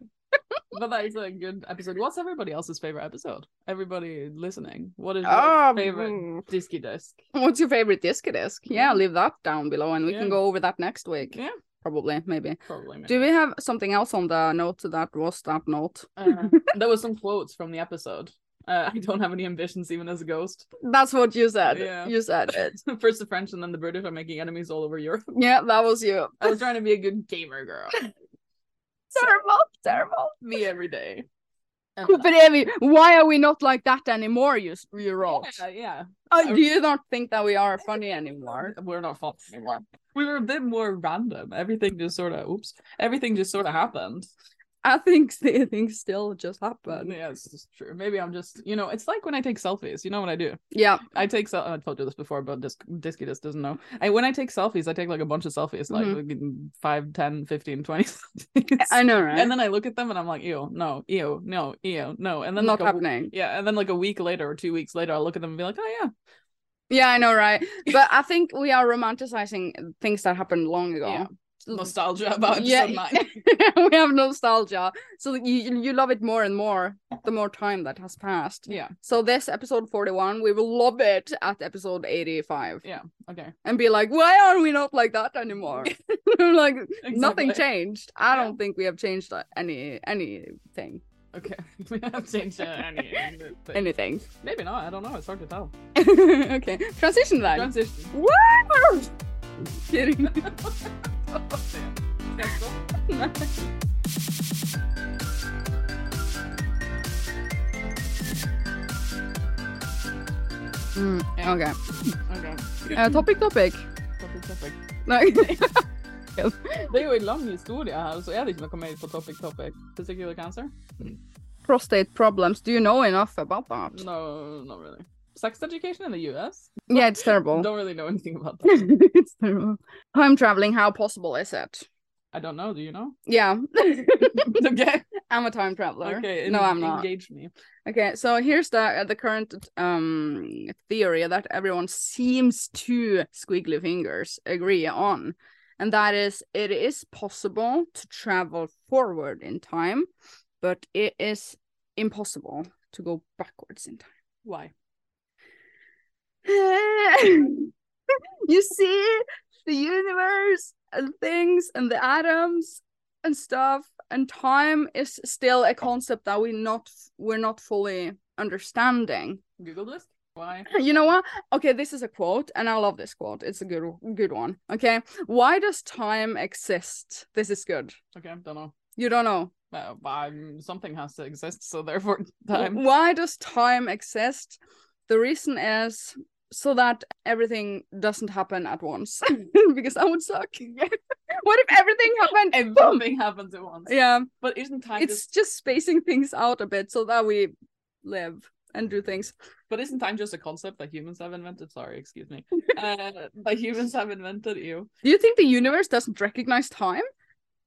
[SPEAKER 2] but that is a good episode. What's everybody else's favorite episode? Everybody listening, what is your
[SPEAKER 1] Um,
[SPEAKER 2] favorite Disky Disc?
[SPEAKER 1] What's your favorite disc disc? Yeah,
[SPEAKER 2] Yeah.
[SPEAKER 1] leave that down below and we
[SPEAKER 2] Yeah.
[SPEAKER 1] can go over that next week.
[SPEAKER 2] Yeah.
[SPEAKER 1] Probably, maybe.
[SPEAKER 2] Probably. maybe.
[SPEAKER 1] Do we have something else on the note that was that note?
[SPEAKER 2] Uh, [laughs] there was some quotes from the episode. Uh, I don't have any ambitions, even as a ghost. [laughs]
[SPEAKER 1] That's what you said.
[SPEAKER 2] Yeah.
[SPEAKER 1] You said it.
[SPEAKER 2] First the French, and then the British are making enemies all over Europe.
[SPEAKER 1] Yeah, that was
[SPEAKER 2] [laughs]
[SPEAKER 1] you.
[SPEAKER 2] I was trying to be a good gamer girl. [laughs]
[SPEAKER 1] Terrible, terrible.
[SPEAKER 2] Me every day. And
[SPEAKER 1] But Evie, why are we not like that anymore? You s- you wrote.
[SPEAKER 2] yeah, yeah,
[SPEAKER 1] Uh, do you not think that we are funny anymore?
[SPEAKER 2] we're not fun anymore. We were a bit more random. Everything just sort of, oops, everything just sort of happened.
[SPEAKER 1] I think [laughs] st- things still just
[SPEAKER 2] But
[SPEAKER 1] happen.
[SPEAKER 2] yeah, it's just true. Maybe I'm just, you know, it's like when I take selfies. You know what I do?
[SPEAKER 1] Yeah.
[SPEAKER 2] I take. Sel- I told you this before, but this Disky just doesn't know. I when I take selfies, I take like a bunch of selfies, like
[SPEAKER 1] Mhm.
[SPEAKER 2] mm 5, 10, 15, 20 [laughs] selfies.
[SPEAKER 1] I know, right?
[SPEAKER 2] and then I look at them and I'm like, ew, no, ew, no, ew, no. And then
[SPEAKER 1] not
[SPEAKER 2] like a, w-
[SPEAKER 1] happening.
[SPEAKER 2] yeah, and then like a week later or two weeks later, I'll look at them and be like, oh yeah,
[SPEAKER 1] Yeah, I know,
[SPEAKER 2] [laughs]
[SPEAKER 1] right? But I think we are romanticizing things that happened long ago. [laughs]
[SPEAKER 2] Yeah. nostalgia about episode
[SPEAKER 1] Yeah. [laughs]
[SPEAKER 2] nine.
[SPEAKER 1] we have nostalgia. So you you love it more and more the more time that has passed.
[SPEAKER 2] yeah.
[SPEAKER 1] So this episode 41, we will love it at episode 85
[SPEAKER 2] Okay.
[SPEAKER 1] and be like, why are we not like that
[SPEAKER 2] [laughs]
[SPEAKER 1] anymore? [laughs] like nothing
[SPEAKER 2] Exactly.
[SPEAKER 1] changed. I
[SPEAKER 2] Yeah.
[SPEAKER 1] don't think we have changed uh, any anything.
[SPEAKER 2] Okay. [laughs] we have
[SPEAKER 1] [laughs]
[SPEAKER 2] changed uh, any, anything.
[SPEAKER 1] Anything.
[SPEAKER 2] Maybe not. I don't know. It's hard to tell.
[SPEAKER 1] [laughs] okay. Transition then.
[SPEAKER 2] Transition.
[SPEAKER 1] Woo! Kidding.
[SPEAKER 2] Let's go.
[SPEAKER 1] Mm,
[SPEAKER 2] Yeah.
[SPEAKER 1] okay.
[SPEAKER 2] Okay.
[SPEAKER 1] Uh, topic topic.
[SPEAKER 2] Topic, topic.
[SPEAKER 1] [laughs] No.
[SPEAKER 2] Det är ju en lång historia här så jag hade kunnat komma in på topic topic. Testicular cancer?
[SPEAKER 1] Prostate problems. Do you know enough about that?
[SPEAKER 2] No, not really. Sex education in the US?
[SPEAKER 1] Yeah, it's terrible.
[SPEAKER 2] Don't really know anything about that.
[SPEAKER 1] [laughs] it's terrible. Time traveling, how possible is it?
[SPEAKER 2] I don't know, do
[SPEAKER 1] [laughs]
[SPEAKER 2] you know?
[SPEAKER 1] Yeah,
[SPEAKER 2] okay.
[SPEAKER 1] I'm a time traveler.
[SPEAKER 2] Okay.
[SPEAKER 1] no,
[SPEAKER 2] en-
[SPEAKER 1] I'm not.
[SPEAKER 2] Engage me.
[SPEAKER 1] Okay, so here's the uh, the current um theory that everyone seems to squiggly fingers agree on, and that is it is possible to travel forward in time, but it is impossible to go backwards in [laughs]
[SPEAKER 2] Why?
[SPEAKER 1] time. you see the universe and things and the atoms and stuff and time is still a concept that we not we're not fully understanding
[SPEAKER 2] Google this. Why?
[SPEAKER 1] [laughs] you know what okay this is a quote and i love this quote it's a good good one okay why does time exist this is good
[SPEAKER 2] Okay, I don't know.
[SPEAKER 1] you don't know
[SPEAKER 2] Uh, um, something has to exist, so therefore [laughs] time.
[SPEAKER 1] [laughs] Why does time exist? The reason is so that everything doesn't happen at once [laughs] because that would suck. [laughs] what if everything happened?
[SPEAKER 2] And something happens at once.
[SPEAKER 1] Yeah,
[SPEAKER 2] But isn't time
[SPEAKER 1] it's
[SPEAKER 2] just?
[SPEAKER 1] just spacing things out a bit so that we live and do things.
[SPEAKER 2] But isn't time just a concept that humans have invented? Sorry, excuse
[SPEAKER 1] [laughs]
[SPEAKER 2] me. Uh, that humans have invented. You
[SPEAKER 1] Do you think the universe doesn't recognize time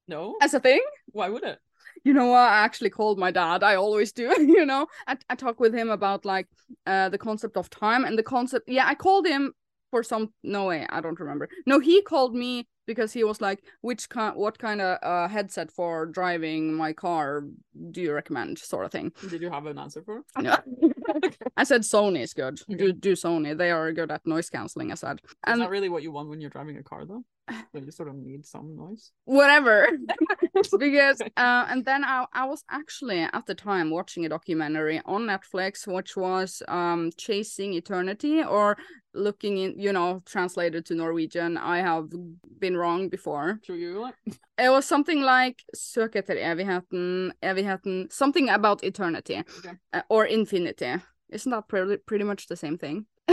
[SPEAKER 2] no?
[SPEAKER 1] as a thing?
[SPEAKER 2] Why would it?
[SPEAKER 1] you know what i actually called my dad i always do [laughs] you know i, I talk with him about like uh the concept of time and the concept yeah i called him for some no way i don't remember no he called me because he was like which kind what kind of uh, headset for driving my car do you recommend sort of thing
[SPEAKER 2] Did you have an answer
[SPEAKER 1] [laughs]
[SPEAKER 2] for? it?
[SPEAKER 1] No. i said sony is good do,
[SPEAKER 2] Okay.
[SPEAKER 1] do sony they are good at noise canceling i said
[SPEAKER 2] It's
[SPEAKER 1] and
[SPEAKER 2] not really what you want when you're driving a car,
[SPEAKER 1] [sighs]
[SPEAKER 2] though. But you sort of need some noise.
[SPEAKER 1] whatever because uh, and then I, I was actually at the time watching a documentary on netflix which was um chasing eternity or looking in you know translated to norwegian i have been wrong before
[SPEAKER 2] True, you like
[SPEAKER 1] it was something like Søk etter evigheten evigheten something about eternity
[SPEAKER 2] Okay.
[SPEAKER 1] uh, or infinity isn't that pretty, pretty much the same thing [laughs]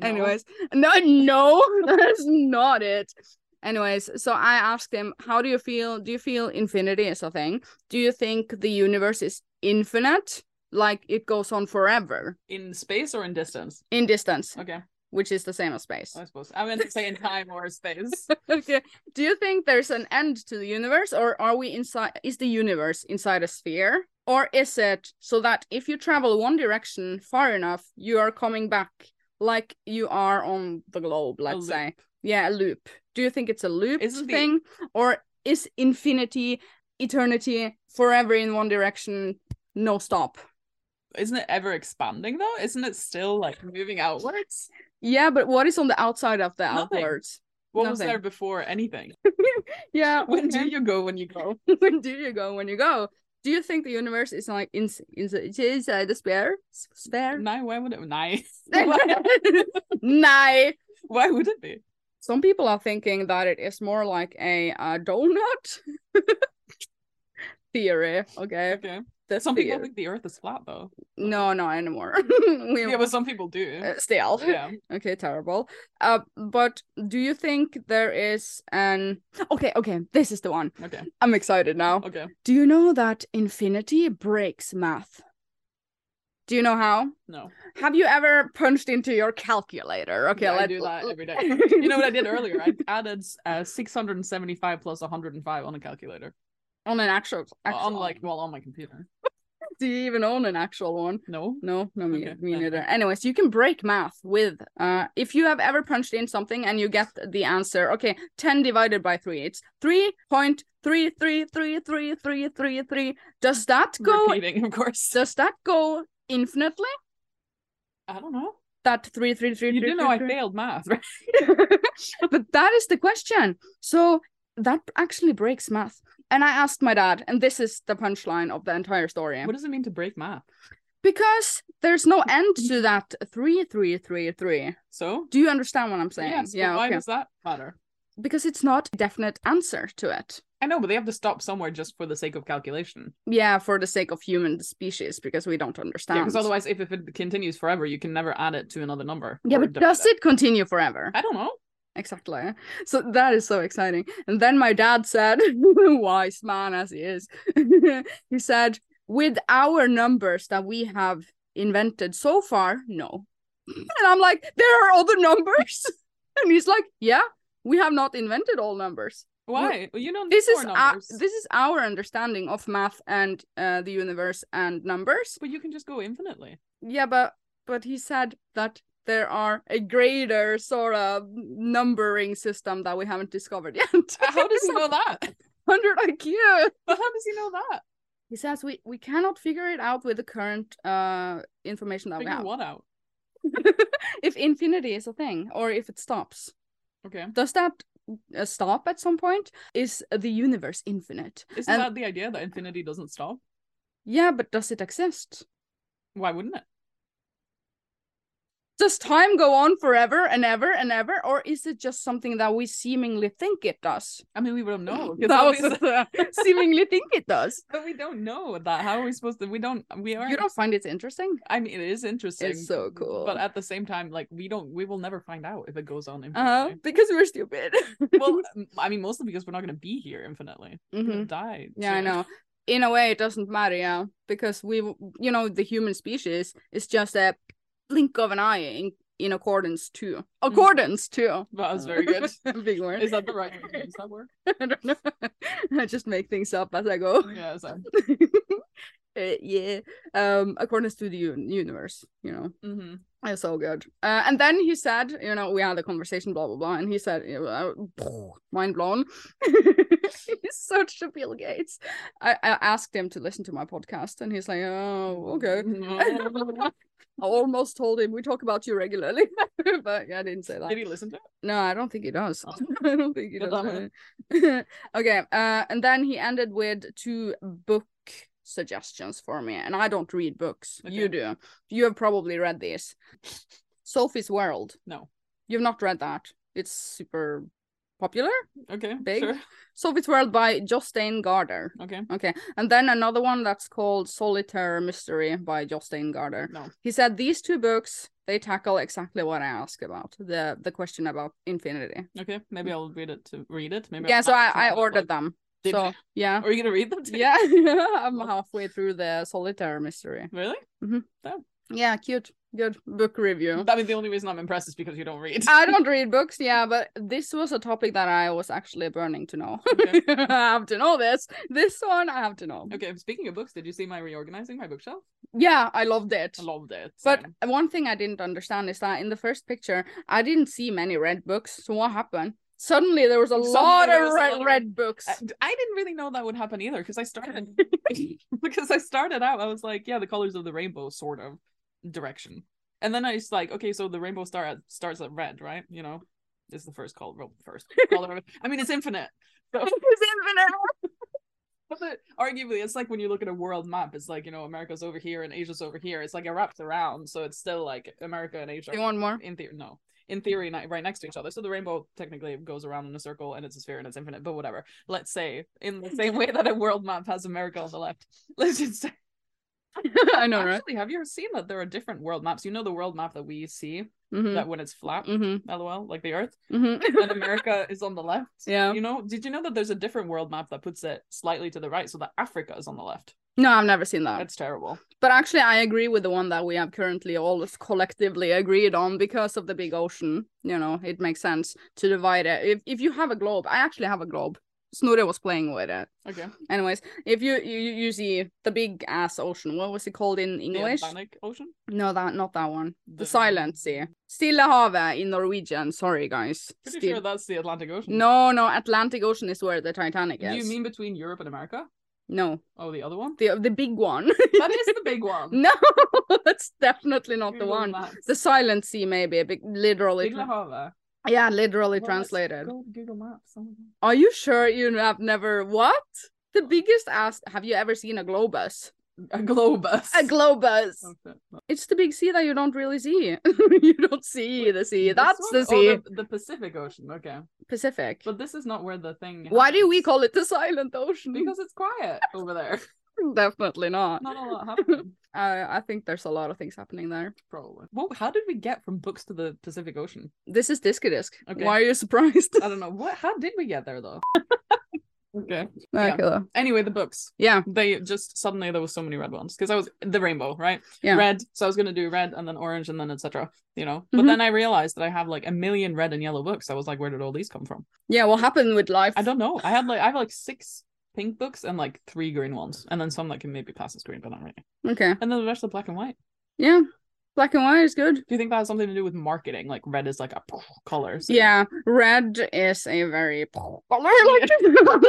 [SPEAKER 1] anyways no no [laughs] that's not it anyways so i asked him how do you feel do you feel infinity is a thing do you think the universe is infinite like it goes on forever
[SPEAKER 2] in space or in distance.
[SPEAKER 1] in distance
[SPEAKER 2] Okay,
[SPEAKER 1] which is the same as space
[SPEAKER 2] I suppose I meant to
[SPEAKER 1] [laughs]
[SPEAKER 2] say in time or space.
[SPEAKER 1] okay do you think there's an end to the universe or are we inside is the universe inside a sphere or is it so that if you travel one direction far enough you are coming back like you are on the globe let's
[SPEAKER 2] loop.
[SPEAKER 1] say yeah a loop do you think it's a loop
[SPEAKER 2] Isn't the-
[SPEAKER 1] thing or is infinity eternity forever in one direction no stop
[SPEAKER 2] Isn't it ever expanding though? Isn't it still like moving outwards?
[SPEAKER 1] yeah but what is on the outside of the
[SPEAKER 2] Nothing.
[SPEAKER 1] outwards
[SPEAKER 2] What was
[SPEAKER 1] Nothing.
[SPEAKER 2] there before anything?
[SPEAKER 1] yeah
[SPEAKER 2] [laughs] When
[SPEAKER 1] okay.
[SPEAKER 2] do you go? When you [laughs] go?
[SPEAKER 1] [laughs] when do you go when you go do you think the universe is like in, in, inside the sphere S- sphere
[SPEAKER 2] Nine? Why would it? Nine? [laughs]
[SPEAKER 1] [laughs]
[SPEAKER 2] why,
[SPEAKER 1] no
[SPEAKER 2] why would it be?
[SPEAKER 1] some people are thinking that it is more like a uh, donut [laughs] theory okay
[SPEAKER 2] Okay.
[SPEAKER 1] the
[SPEAKER 2] Some people
[SPEAKER 1] theor-
[SPEAKER 2] think the Earth is flat though.
[SPEAKER 1] no not anymore [laughs] we
[SPEAKER 2] Yeah, oh. but some people do.
[SPEAKER 1] uh, still
[SPEAKER 2] Yeah.
[SPEAKER 1] [laughs] okay terrible uh but do you think there is an okay okay this is the one
[SPEAKER 2] Okay.
[SPEAKER 1] i'm excited now
[SPEAKER 2] Okay.
[SPEAKER 1] Do you know that infinity breaks math? Do you know how?
[SPEAKER 2] No.
[SPEAKER 1] Have you ever punched into your calculator? Okay,
[SPEAKER 2] Yeah, I
[SPEAKER 1] let's
[SPEAKER 2] do that every day.
[SPEAKER 1] [laughs]
[SPEAKER 2] [laughs] You know what I did earlier? I added uh, 675 plus 105 on a calculator.
[SPEAKER 1] on an actual, actual
[SPEAKER 2] on like, well, on my computer.
[SPEAKER 1] [laughs] do you even own an actual one?
[SPEAKER 2] No.
[SPEAKER 1] No, no, me,
[SPEAKER 2] Okay,
[SPEAKER 1] me
[SPEAKER 2] anyway. [laughs]
[SPEAKER 1] neither. Anyways, you can break math with uh if you have ever punched in something and you get the answer, okay, 10 divided by 3, it's 3.33333333. Does that go
[SPEAKER 2] Repeating, of course.
[SPEAKER 1] does that go infinitely?
[SPEAKER 2] I don't know.
[SPEAKER 1] That 3333
[SPEAKER 2] You do know I failed math, [laughs] right?
[SPEAKER 1] [laughs] but that is the question. So that actually breaks math. And I asked my dad, and this is the punchline of the entire story.
[SPEAKER 2] What does it mean to break math?
[SPEAKER 1] Because there's no end to that three, three, three, three.
[SPEAKER 2] So,
[SPEAKER 1] Do you understand what I'm saying?
[SPEAKER 2] yes, but
[SPEAKER 1] yeah,
[SPEAKER 2] why
[SPEAKER 1] okay.
[SPEAKER 2] does that matter?
[SPEAKER 1] Because it's not a definite answer to it.
[SPEAKER 2] I know, but they have to stop somewhere just for the sake of calculation.
[SPEAKER 1] Yeah, for the sake of human species, because we don't understand.
[SPEAKER 2] Yeah, because otherwise, if, if it continues forever, you can never add it to another number.
[SPEAKER 1] Yeah,
[SPEAKER 2] or
[SPEAKER 1] but
[SPEAKER 2] divide
[SPEAKER 1] does it continue forever?
[SPEAKER 2] I don't know.
[SPEAKER 1] Exactly. So that is so exciting. And then my dad said, [laughs] wise man as he is, [laughs] he said, with our numbers that we have invented so far, no. [laughs] And I'm like, there are other numbers. [laughs] and he's like, yeah, we have not invented all numbers.
[SPEAKER 2] Why? Well, you know,
[SPEAKER 1] This is
[SPEAKER 2] four
[SPEAKER 1] our,
[SPEAKER 2] numbers.
[SPEAKER 1] this is our understanding of math and uh, the universe and numbers.
[SPEAKER 2] But you can just go infinitely.
[SPEAKER 1] [laughs] Yeah, but but he said that there are a greater sort of numbering system that we haven't discovered [laughs] yet.
[SPEAKER 2] How
[SPEAKER 1] [laughs]
[SPEAKER 2] does he know that? [laughs]
[SPEAKER 1] 100 IQ?
[SPEAKER 2] But how does he know that?
[SPEAKER 1] He says we we cannot figure it out with the current uh information that we [laughs]
[SPEAKER 2] Figure
[SPEAKER 1] have.
[SPEAKER 2] what out?
[SPEAKER 1] if infinity is a thing or if it stops.
[SPEAKER 2] Okay.
[SPEAKER 1] Does that uh, stop at some point is the universe infinite
[SPEAKER 2] Isn't
[SPEAKER 1] And-
[SPEAKER 2] that the idea that infinity doesn't stop?
[SPEAKER 1] yeah but does it exist
[SPEAKER 2] Why wouldn't it?
[SPEAKER 1] does time go on forever and ever and ever or is it just something that we seemingly think it does
[SPEAKER 2] I mean, we
[SPEAKER 1] [laughs]
[SPEAKER 2] don't know. 'cause
[SPEAKER 1] that was
[SPEAKER 2] obviously- [laughs]
[SPEAKER 1] seemingly think it does
[SPEAKER 2] but we don't know that. How are we supposed to? We don't. We are.
[SPEAKER 1] you don't find it interesting
[SPEAKER 2] I mean, it is interesting.
[SPEAKER 1] It's so cool.
[SPEAKER 2] But at the same time, like we don't. We will never find out if it goes on
[SPEAKER 1] uh,
[SPEAKER 2] infinitely.
[SPEAKER 1] because we're stupid [laughs]
[SPEAKER 2] well, m- I mean, mostly because we're not going to be here infinitely. We're
[SPEAKER 1] Mhm.
[SPEAKER 2] gonna die.
[SPEAKER 1] Yeah, I
[SPEAKER 2] soon.
[SPEAKER 1] know. In a way, it doesn't matter, yeah, because we, w- you know, the human species is just a blink of an eye in, in accordance to accordance to. Uh,
[SPEAKER 2] That was
[SPEAKER 1] [laughs]
[SPEAKER 2] very good.
[SPEAKER 1] Big word.
[SPEAKER 2] is that the right? word? Does that work?
[SPEAKER 1] I don't know. I just make things up as I go. [laughs]
[SPEAKER 2] Yeah. Is that?
[SPEAKER 1] Uh, yeah. Um, accordance to the un- universe, you know.
[SPEAKER 2] hmm
[SPEAKER 1] It's so good. Uh, and then he said, you know, we had a conversation, blah blah blah, and he said, you know, uh, mind blown. [laughs] he's such a Bill Gates. I, I asked him to listen to my podcast, and he's like, oh, okay. I almost told him we talk about you regularly, [laughs] but I didn't say that.
[SPEAKER 2] [laughs] Did he listen to it?
[SPEAKER 1] No, I don't think he does.
[SPEAKER 2] Oh.
[SPEAKER 1] [laughs] I don't think he
[SPEAKER 2] Good
[SPEAKER 1] does. [laughs] okay, uh, and then he ended with two book suggestions for me, and I don't read books. You do. You have probably read these. Sophie's World.
[SPEAKER 2] No.
[SPEAKER 1] You've not read that. It's super popular.
[SPEAKER 2] Okay.
[SPEAKER 1] Big.
[SPEAKER 2] Sure.
[SPEAKER 1] Sophie's World by Justine Garder.
[SPEAKER 2] Okay.
[SPEAKER 1] Okay, and then another one that's called Solitaire Mystery by Justine Garder
[SPEAKER 2] No.
[SPEAKER 1] he said these two books they tackle exactly what i asked about the the question about infinity
[SPEAKER 2] Okay. Maybe I'll read it to read it. Maybe.
[SPEAKER 1] yeah
[SPEAKER 2] I'll
[SPEAKER 1] so i
[SPEAKER 2] add to
[SPEAKER 1] i
[SPEAKER 2] my
[SPEAKER 1] ordered them
[SPEAKER 2] book. Did
[SPEAKER 1] so
[SPEAKER 2] you? [laughs]
[SPEAKER 1] yeah
[SPEAKER 2] Are you gonna read them? Too?
[SPEAKER 1] yeah [laughs] i'm
[SPEAKER 2] Well-
[SPEAKER 1] halfway through the solitaire mystery
[SPEAKER 2] Really?
[SPEAKER 1] yeah cute good book review
[SPEAKER 2] I mean, the only reason I'm impressed is because you
[SPEAKER 1] [laughs]
[SPEAKER 2] don't read.
[SPEAKER 1] i don't read books yeah but this was a topic that i was actually burning to know
[SPEAKER 2] Okay.
[SPEAKER 1] [laughs] i have to know this this one i have to know
[SPEAKER 2] Okay, speaking of books, did you see my reorganizing my bookshelf?
[SPEAKER 1] yeah i loved it
[SPEAKER 2] I loved it.
[SPEAKER 1] But
[SPEAKER 2] same.
[SPEAKER 1] one thing I didn't understand is that in the first picture, I didn't see many red books. So what happened? Suddenly there was a
[SPEAKER 2] Suddenly
[SPEAKER 1] lot
[SPEAKER 2] there
[SPEAKER 1] of
[SPEAKER 2] was a
[SPEAKER 1] red,
[SPEAKER 2] lot of-
[SPEAKER 1] red books.
[SPEAKER 2] I, I didn't really know that would happen either because I started [laughs] because I started out I was like, yeah, the colors of the rainbow sort of direction. And then I was like, okay, so the rainbow star at, starts at red, right? You know, is the first color well, first color of it. I mean, it's infinite. So [laughs] But the, arguably, it's like when you look at a world map, it's like, you know, America's over here and Asia's over here. It's like it wraps around, so it's still like America and Asia.
[SPEAKER 1] Do you want more?
[SPEAKER 2] in theory no in theory ni- right next to each other so the rainbow technically goes around in a circle and it's a sphere and it's infinite but whatever let's say in the same way that a world map has america on the left [laughs] let's just say
[SPEAKER 1] [laughs] I know, right?
[SPEAKER 2] actually have you ever seen that there are different world maps you know the world map that we see
[SPEAKER 1] Mm-hmm.
[SPEAKER 2] that when it's flat
[SPEAKER 1] Mm-hmm.
[SPEAKER 2] lol like the
[SPEAKER 1] [laughs]
[SPEAKER 2] earth
[SPEAKER 1] Mm-hmm.
[SPEAKER 2] and america is on the left
[SPEAKER 1] Yeah.
[SPEAKER 2] you know did you know that there's a different world map that puts it slightly to the right so that africa is on the left
[SPEAKER 1] No, I've never seen that.
[SPEAKER 2] that's terrible
[SPEAKER 1] But actually, I agree with the one that we have currently all collectively agreed on because of the big ocean. You know, it makes sense to divide it. If if you have a globe, I actually have a globe. Snorre was playing with it.
[SPEAKER 2] okay
[SPEAKER 1] Anyways, if you you, you see the big ass ocean, what was it called in
[SPEAKER 2] the
[SPEAKER 1] English?
[SPEAKER 2] atlantic ocean
[SPEAKER 1] No, that not that one. The
[SPEAKER 2] The-
[SPEAKER 1] Silent Sea. Stilla havet in Norwegian. Sorry, guys.
[SPEAKER 2] pretty
[SPEAKER 1] Still-
[SPEAKER 2] sure that's the atlantic ocean
[SPEAKER 1] No, no. Atlantic Ocean is where the Titanic
[SPEAKER 2] do
[SPEAKER 1] is.
[SPEAKER 2] you mean between europe and america
[SPEAKER 1] no?
[SPEAKER 2] oh the other
[SPEAKER 1] [laughs]
[SPEAKER 2] one
[SPEAKER 1] The the big
[SPEAKER 2] [laughs]
[SPEAKER 1] one.
[SPEAKER 2] that is the big one.
[SPEAKER 1] no, [laughs] that's definitely not the
[SPEAKER 2] Google
[SPEAKER 1] one.
[SPEAKER 2] Maps.
[SPEAKER 1] The Silent Sea, maybe. Big, literally.
[SPEAKER 2] Big La Hava.
[SPEAKER 1] yeah, literally
[SPEAKER 2] Well, let's
[SPEAKER 1] translated.
[SPEAKER 2] Go to Google Maps. Oh my God.
[SPEAKER 1] Are you sure you have never what? The biggest ass. Have you ever seen a globus?
[SPEAKER 2] A globus.
[SPEAKER 1] A globus.
[SPEAKER 2] Okay.
[SPEAKER 1] It's the big sea that you don't really see. [laughs] you don't see the sea.
[SPEAKER 2] This
[SPEAKER 1] That's
[SPEAKER 2] one?
[SPEAKER 1] the
[SPEAKER 2] Oh,
[SPEAKER 1] sea.
[SPEAKER 2] the, the Pacific Ocean. Okay,
[SPEAKER 1] Pacific.
[SPEAKER 2] but this is not where the thing.
[SPEAKER 1] Why do we
[SPEAKER 2] happens.
[SPEAKER 1] call it the silent ocean?
[SPEAKER 2] [laughs] Because it's quiet over there.
[SPEAKER 1] [laughs]
[SPEAKER 2] [laughs]
[SPEAKER 1] Definitely not.
[SPEAKER 2] Not a lot
[SPEAKER 1] [laughs]
[SPEAKER 2] happening.
[SPEAKER 1] I, I think there's a lot of things happening there.
[SPEAKER 2] Probably. Well, how did we get from books to the Pacific Ocean?
[SPEAKER 1] This is Disc Disc.
[SPEAKER 2] Okay.
[SPEAKER 1] Why are you [laughs] surprised?
[SPEAKER 2] I don't know. What? How did we get there though? [laughs] okay.
[SPEAKER 1] Okay, though.
[SPEAKER 2] Anyway, the books.
[SPEAKER 1] yeah.
[SPEAKER 2] They just suddenly there was so many red ones because I was the rainbow, right?
[SPEAKER 1] Yeah.
[SPEAKER 2] Red. So I was gonna do red and then orange and then etc. You know. But
[SPEAKER 1] Mhm.
[SPEAKER 2] then I realized that I have like a million red and yellow books. I was like, where did all these come from?
[SPEAKER 1] Yeah, what happened with life?
[SPEAKER 2] I don't know. I had like I have like six pink books and like three green ones, and then some that can maybe pass as green, but not really.
[SPEAKER 1] Okay.
[SPEAKER 2] And then the rest are black and white.
[SPEAKER 1] Yeah. Black and white is good.
[SPEAKER 2] Do you think that has something to do with marketing? Like red is like a color. so-
[SPEAKER 1] Yeah. Red is a very [laughs]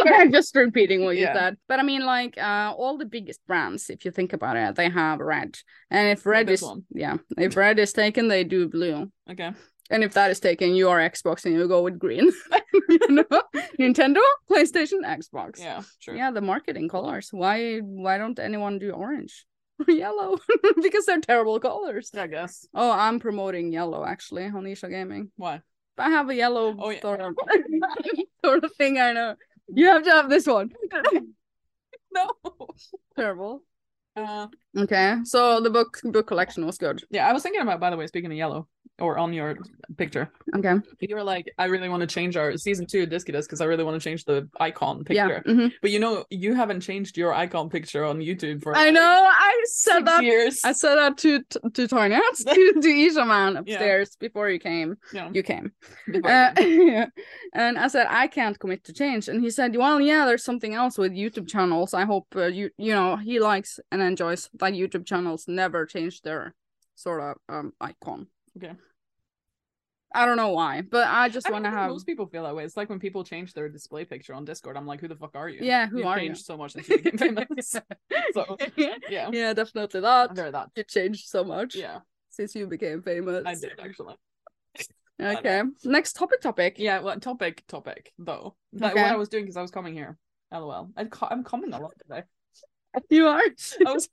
[SPEAKER 1] I'm just repeating what you
[SPEAKER 2] Yeah.
[SPEAKER 1] said. But I mean like uh all the biggest brands, if you think about it, they have red. And if red
[SPEAKER 2] this
[SPEAKER 1] is
[SPEAKER 2] one.
[SPEAKER 1] yeah, if red is taken, they do blue.
[SPEAKER 2] Okay.
[SPEAKER 1] And if that is taken, you are Xbox and you go with green. [laughs] you know? Nintendo, PlayStation, Xbox.
[SPEAKER 2] Yeah, sure.
[SPEAKER 1] Yeah, the marketing colors. Why why don't anyone do orange [laughs] or yellow? because they're terrible colors.
[SPEAKER 2] I guess.
[SPEAKER 1] Oh, I'm promoting yellow actually on Isha Gaming.
[SPEAKER 2] Why? [laughs]
[SPEAKER 1] I have a yellow
[SPEAKER 2] Oh, yeah.
[SPEAKER 1] sort, of, [laughs] sort of thing I know. You have to have this
[SPEAKER 2] [laughs]
[SPEAKER 1] one.
[SPEAKER 2] No.
[SPEAKER 1] terrible. Um,
[SPEAKER 2] Uh,
[SPEAKER 1] Okay. So the book book collection was good.
[SPEAKER 2] yeah, I was thinking about, by the way, speaking of yellow or on your picture,
[SPEAKER 1] Okay.
[SPEAKER 2] you were like, I really want to change our season two Disky Disc because I really want to change the icon picture.
[SPEAKER 1] Yeah. mhm.
[SPEAKER 2] But you know, you haven't changed your icon picture on YouTube for
[SPEAKER 1] I know. I said
[SPEAKER 2] six
[SPEAKER 1] that
[SPEAKER 2] years.
[SPEAKER 1] I said that to to Tanya, [laughs] to, to Isha man upstairs before you came.
[SPEAKER 2] Yeah.
[SPEAKER 1] You came,
[SPEAKER 2] Before-
[SPEAKER 1] uh, [laughs] yeah. and I said I can't commit to change, and he said, "Well, yeah, there's something else with YouTube channels. I hope uh, you you know he likes and enjoys that YouTube channels never change their sort of um icon."
[SPEAKER 2] Okay.
[SPEAKER 1] I don't know why, but I just
[SPEAKER 2] I
[SPEAKER 1] want to
[SPEAKER 2] don't think
[SPEAKER 1] have
[SPEAKER 2] most people feel that way. It's like when people change their display picture on Discord. I'm like, who the fuck are you?
[SPEAKER 1] Yeah, who
[SPEAKER 2] You've
[SPEAKER 1] are you?
[SPEAKER 2] changed so much since you became [laughs] famous. so [laughs] yeah,
[SPEAKER 1] yeah, definitely that.
[SPEAKER 2] there that.
[SPEAKER 1] You changed so much
[SPEAKER 2] Yeah,
[SPEAKER 1] since you became famous.
[SPEAKER 2] I did actually.
[SPEAKER 1] Okay, next topic. Topic.
[SPEAKER 2] Yeah, well, topic, topic though. That
[SPEAKER 1] Okay.
[SPEAKER 2] what I was doing because I was coming here. LOL. I co- I'm coming a lot today.
[SPEAKER 1] [laughs] You are.
[SPEAKER 2] [laughs] I was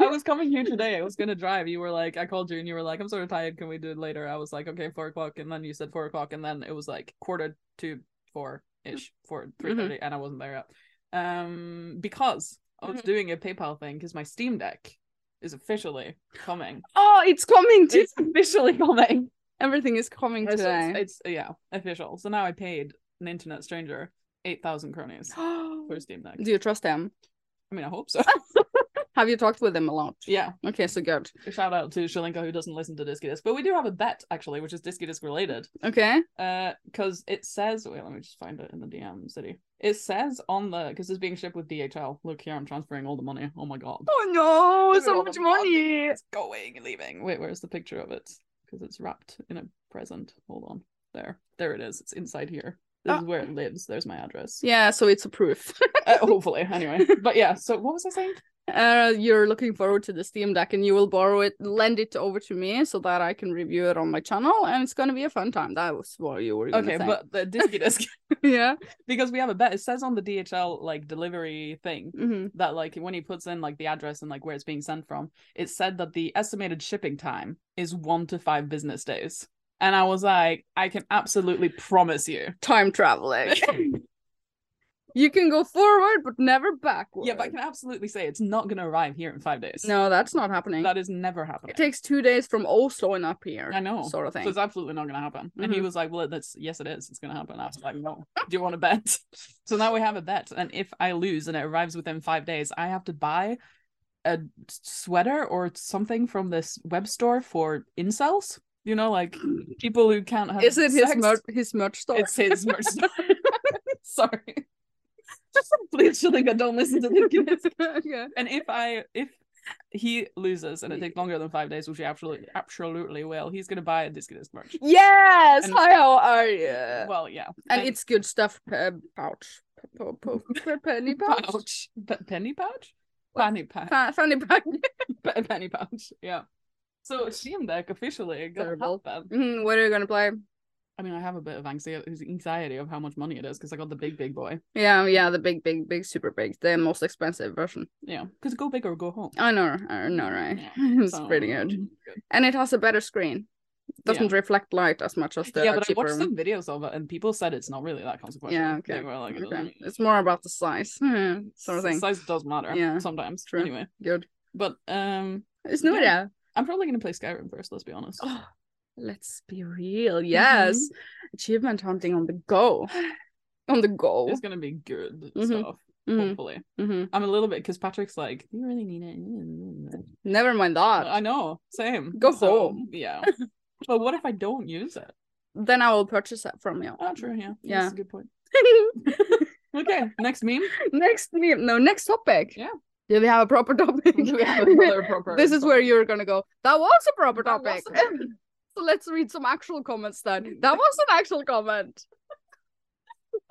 [SPEAKER 2] I was coming here today. I was gonna drive. You were like, I called you and you were like, I'm sort of tired. Can we do it later? I was like, okay, four o'clock. And then you said four o'clock, and then it was like quarter to four ish, four three thirty, and I wasn't there yet. Um, because I was
[SPEAKER 1] Mhm.
[SPEAKER 2] doing a PayPal thing because my Steam Deck is officially coming.
[SPEAKER 1] [laughs] Oh, it's coming to
[SPEAKER 2] [laughs] It's officially coming.
[SPEAKER 1] everything is coming
[SPEAKER 2] [laughs] It's,
[SPEAKER 1] today.
[SPEAKER 2] it's, it's- yeah official. So now I paid an internet stranger eight thousand cronies [gasps] for a Steam Deck.
[SPEAKER 1] [gasps] Do you trust them?
[SPEAKER 2] I mean, I hope so. [laughs]
[SPEAKER 1] Have you talked with them a lot?
[SPEAKER 2] yeah.
[SPEAKER 1] Okay, so good.
[SPEAKER 2] Shout out to Shalinka who doesn't listen to Disky Disc, but we do have a bet actually, which is Disky Disc related.
[SPEAKER 1] Okay.
[SPEAKER 2] Uh, because it says, wait, let me just find it in the DM city. It says on the because it's being shipped with DHL. Look here, I'm transferring all the money. Oh my god,
[SPEAKER 1] Oh no,
[SPEAKER 2] Look at all the it's going, leaving. Wait, where's the picture of it? Because it's wrapped in a present. Hold on, there, there it is. It's inside here. This is
[SPEAKER 1] Ah.
[SPEAKER 2] where it lives. There's my address.
[SPEAKER 1] Yeah, so it's a proof. [laughs]
[SPEAKER 2] Uh, hopefully, [laughs] anyway. But yeah, so what was I saying?
[SPEAKER 1] uh, you're looking forward to the Steam Deck, and you will borrow it, lend it over to me, so that I can review it on my channel, and it's gonna be a fun time. That was what you were. Gonna
[SPEAKER 2] Okay,
[SPEAKER 1] say.
[SPEAKER 2] but the Disky Disc
[SPEAKER 1] [laughs]
[SPEAKER 2] [laughs]
[SPEAKER 1] yeah.
[SPEAKER 2] because we have a bet. It says on the DHL like delivery thing
[SPEAKER 1] hmm
[SPEAKER 2] that like when he puts in like the address and like where it's being sent from, it said that the estimated shipping time is one to five business days. And I was like, I can absolutely promise you.
[SPEAKER 1] [laughs]
[SPEAKER 2] [laughs]
[SPEAKER 1] Time traveling. [laughs] you can go forward, but never backward.
[SPEAKER 2] Yeah, but I can absolutely say it's not gonna arrive here in five days.
[SPEAKER 1] no, that's not happening.
[SPEAKER 2] That is never happening.
[SPEAKER 1] It takes two days from Oslo and up here.
[SPEAKER 2] I know.
[SPEAKER 1] Sort of thing.
[SPEAKER 2] So it's absolutely not gonna happen. And he
[SPEAKER 1] Mhm.
[SPEAKER 2] was like, Well that's yes it is, it's gonna happen. I was
[SPEAKER 1] [laughs]
[SPEAKER 2] like, No. Do you want a bet? [laughs] So now we have a bet. And if I lose and it arrives within five days, I have to buy a sweater or something from this web store for incels. You know, like people who can't have
[SPEAKER 1] Is it his
[SPEAKER 2] sex.
[SPEAKER 1] merch, his merch store?
[SPEAKER 2] It's [laughs] his
[SPEAKER 1] [laughs]
[SPEAKER 2] merch store. Sorry. Please, Shalinka, don't listen
[SPEAKER 1] [laughs]
[SPEAKER 2] to the kids.
[SPEAKER 1] yeah.
[SPEAKER 2] And if I if he loses and it takes longer than five days, which he absolutely absolutely will, he's gonna buy a Disco Disc merch.
[SPEAKER 1] Yes.
[SPEAKER 2] And-
[SPEAKER 1] Hi, how are you? And,
[SPEAKER 2] Well, yeah.
[SPEAKER 1] it's good stuff. Uh, pouch. Po- po- [laughs] po- Penny [laughs] pouch.
[SPEAKER 2] pouch. Pe- penny pouch?
[SPEAKER 1] What?
[SPEAKER 2] Penny pouch. [laughs]
[SPEAKER 1] Fa- Funny pouch.
[SPEAKER 2] Pe- penny pouch. Yeah. So Steam Deck officially gonna
[SPEAKER 1] Terrible.
[SPEAKER 2] happen.
[SPEAKER 1] Mhm, what are you gonna play?
[SPEAKER 2] I mean, I have a bit of anxiety anxiety of how much money it is because I got the big big boy.
[SPEAKER 1] Yeah, yeah, the big, big, big, super big, the most expensive version.
[SPEAKER 2] Yeah, because go big or go home.
[SPEAKER 1] I know, I know, right?
[SPEAKER 2] Yeah,
[SPEAKER 1] [laughs] it's
[SPEAKER 2] so- mm-hmm.
[SPEAKER 1] pretty good, and it has a better screen. Doesn't reflect light as much as the
[SPEAKER 2] yeah, but I
[SPEAKER 1] cheaper
[SPEAKER 2] watched
[SPEAKER 1] one.
[SPEAKER 2] some videos of it, and people said it's not really that consequential.
[SPEAKER 1] Yeah, okay.
[SPEAKER 2] They were like, it doesn't
[SPEAKER 1] Okay.
[SPEAKER 2] really-
[SPEAKER 1] It's more about the size, hmm, sort of
[SPEAKER 2] s-
[SPEAKER 1] thing.
[SPEAKER 2] Size does matter.
[SPEAKER 1] Yeah,
[SPEAKER 2] sometimes.
[SPEAKER 1] true.
[SPEAKER 2] Anyway,
[SPEAKER 1] Good.
[SPEAKER 2] but um,
[SPEAKER 1] It's not
[SPEAKER 2] Yeah. I'm probably gonna play Skyrim first. Let's be honest.
[SPEAKER 1] Oh, let's be real. Yes. Achievement hunting on the go. On the go.
[SPEAKER 2] It's gonna be good
[SPEAKER 1] Mhm.
[SPEAKER 2] stuff.
[SPEAKER 1] Mhm,
[SPEAKER 2] Hopefully,
[SPEAKER 1] mhm.
[SPEAKER 2] I'm a little bit because Patrick's like, you really need it.
[SPEAKER 1] Never mind that.
[SPEAKER 2] I know. Same.
[SPEAKER 1] Go
[SPEAKER 2] So, mm,
[SPEAKER 1] home.
[SPEAKER 2] Yeah. [laughs] but what if I don't use it?
[SPEAKER 1] Then I will purchase that from
[SPEAKER 2] [laughs]
[SPEAKER 1] you. [laughs]
[SPEAKER 2] Oh, true. Yeah.
[SPEAKER 1] Yeah.
[SPEAKER 2] That's a good point. Okay. Next [laughs] meme.
[SPEAKER 1] next me- no, next topic.
[SPEAKER 2] Yeah.
[SPEAKER 1] Do we have a proper topic?
[SPEAKER 2] We [laughs] have another
[SPEAKER 1] [laughs]
[SPEAKER 2] proper-
[SPEAKER 1] this is where you're gonna go. That was a proper
[SPEAKER 2] That
[SPEAKER 1] topic.
[SPEAKER 2] was a proper-
[SPEAKER 1] [laughs] so let's read some actual comments then. That was an actual comment.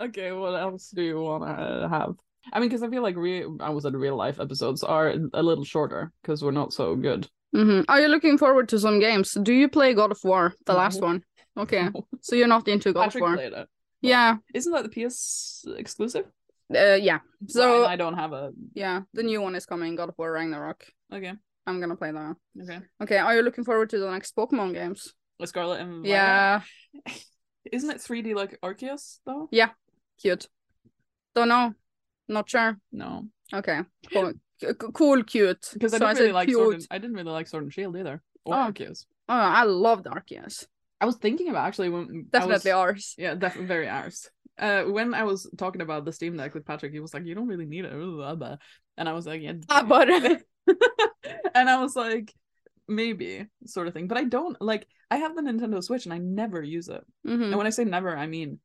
[SPEAKER 2] Okay, what else do you want to have? I mean, because I feel like re- I was at real life episodes are a little shorter because we're not so good.
[SPEAKER 1] Mhm. Are you looking forward to some games? Do you play God of War, the last
[SPEAKER 2] Mhm.
[SPEAKER 1] one?
[SPEAKER 2] [laughs]
[SPEAKER 1] Okay. So you're not into God of
[SPEAKER 2] Patrick
[SPEAKER 1] War.
[SPEAKER 2] played it.
[SPEAKER 1] Yeah.
[SPEAKER 2] Isn't that the PS exclusive?
[SPEAKER 1] Uh, yeah.
[SPEAKER 2] And
[SPEAKER 1] So
[SPEAKER 2] I don't have a.
[SPEAKER 1] yeah, the new one is coming, God of War Ragnarok.
[SPEAKER 2] Okay.
[SPEAKER 1] I'm gonna play that.
[SPEAKER 2] Okay.
[SPEAKER 1] Okay, are you looking forward to the next Pokemon games?
[SPEAKER 2] Like Scarlet and Violet?
[SPEAKER 1] Yeah,
[SPEAKER 2] Isn't it 3D like Arceus though?
[SPEAKER 1] cute. Don't know. Not sure.
[SPEAKER 2] No,
[SPEAKER 1] Okay. Cool, C- c- cool cute.
[SPEAKER 2] because
[SPEAKER 1] So
[SPEAKER 2] I didn't really
[SPEAKER 1] said
[SPEAKER 2] like
[SPEAKER 1] cute.
[SPEAKER 2] Sword and, I didn't really like Sword and Shield either, or
[SPEAKER 1] Oh.
[SPEAKER 2] Arceus.
[SPEAKER 1] Oh, I loved Arceus.
[SPEAKER 2] I was thinking about actually when I was-
[SPEAKER 1] Definitely ours. [laughs]
[SPEAKER 2] Yeah, definitely very ours. Uh, when I was talking about the Steam Deck with Patrick, he was like, "You don't really need it," [laughs] blah, blah. and I was like, "Yeah,"
[SPEAKER 1] Ah, but [laughs]
[SPEAKER 2] [laughs] and I was like, "Maybe," sort of thing. But I don't like. I have the Nintendo Switch, and I never use it.
[SPEAKER 1] Mhm.
[SPEAKER 2] And when I say never, I mean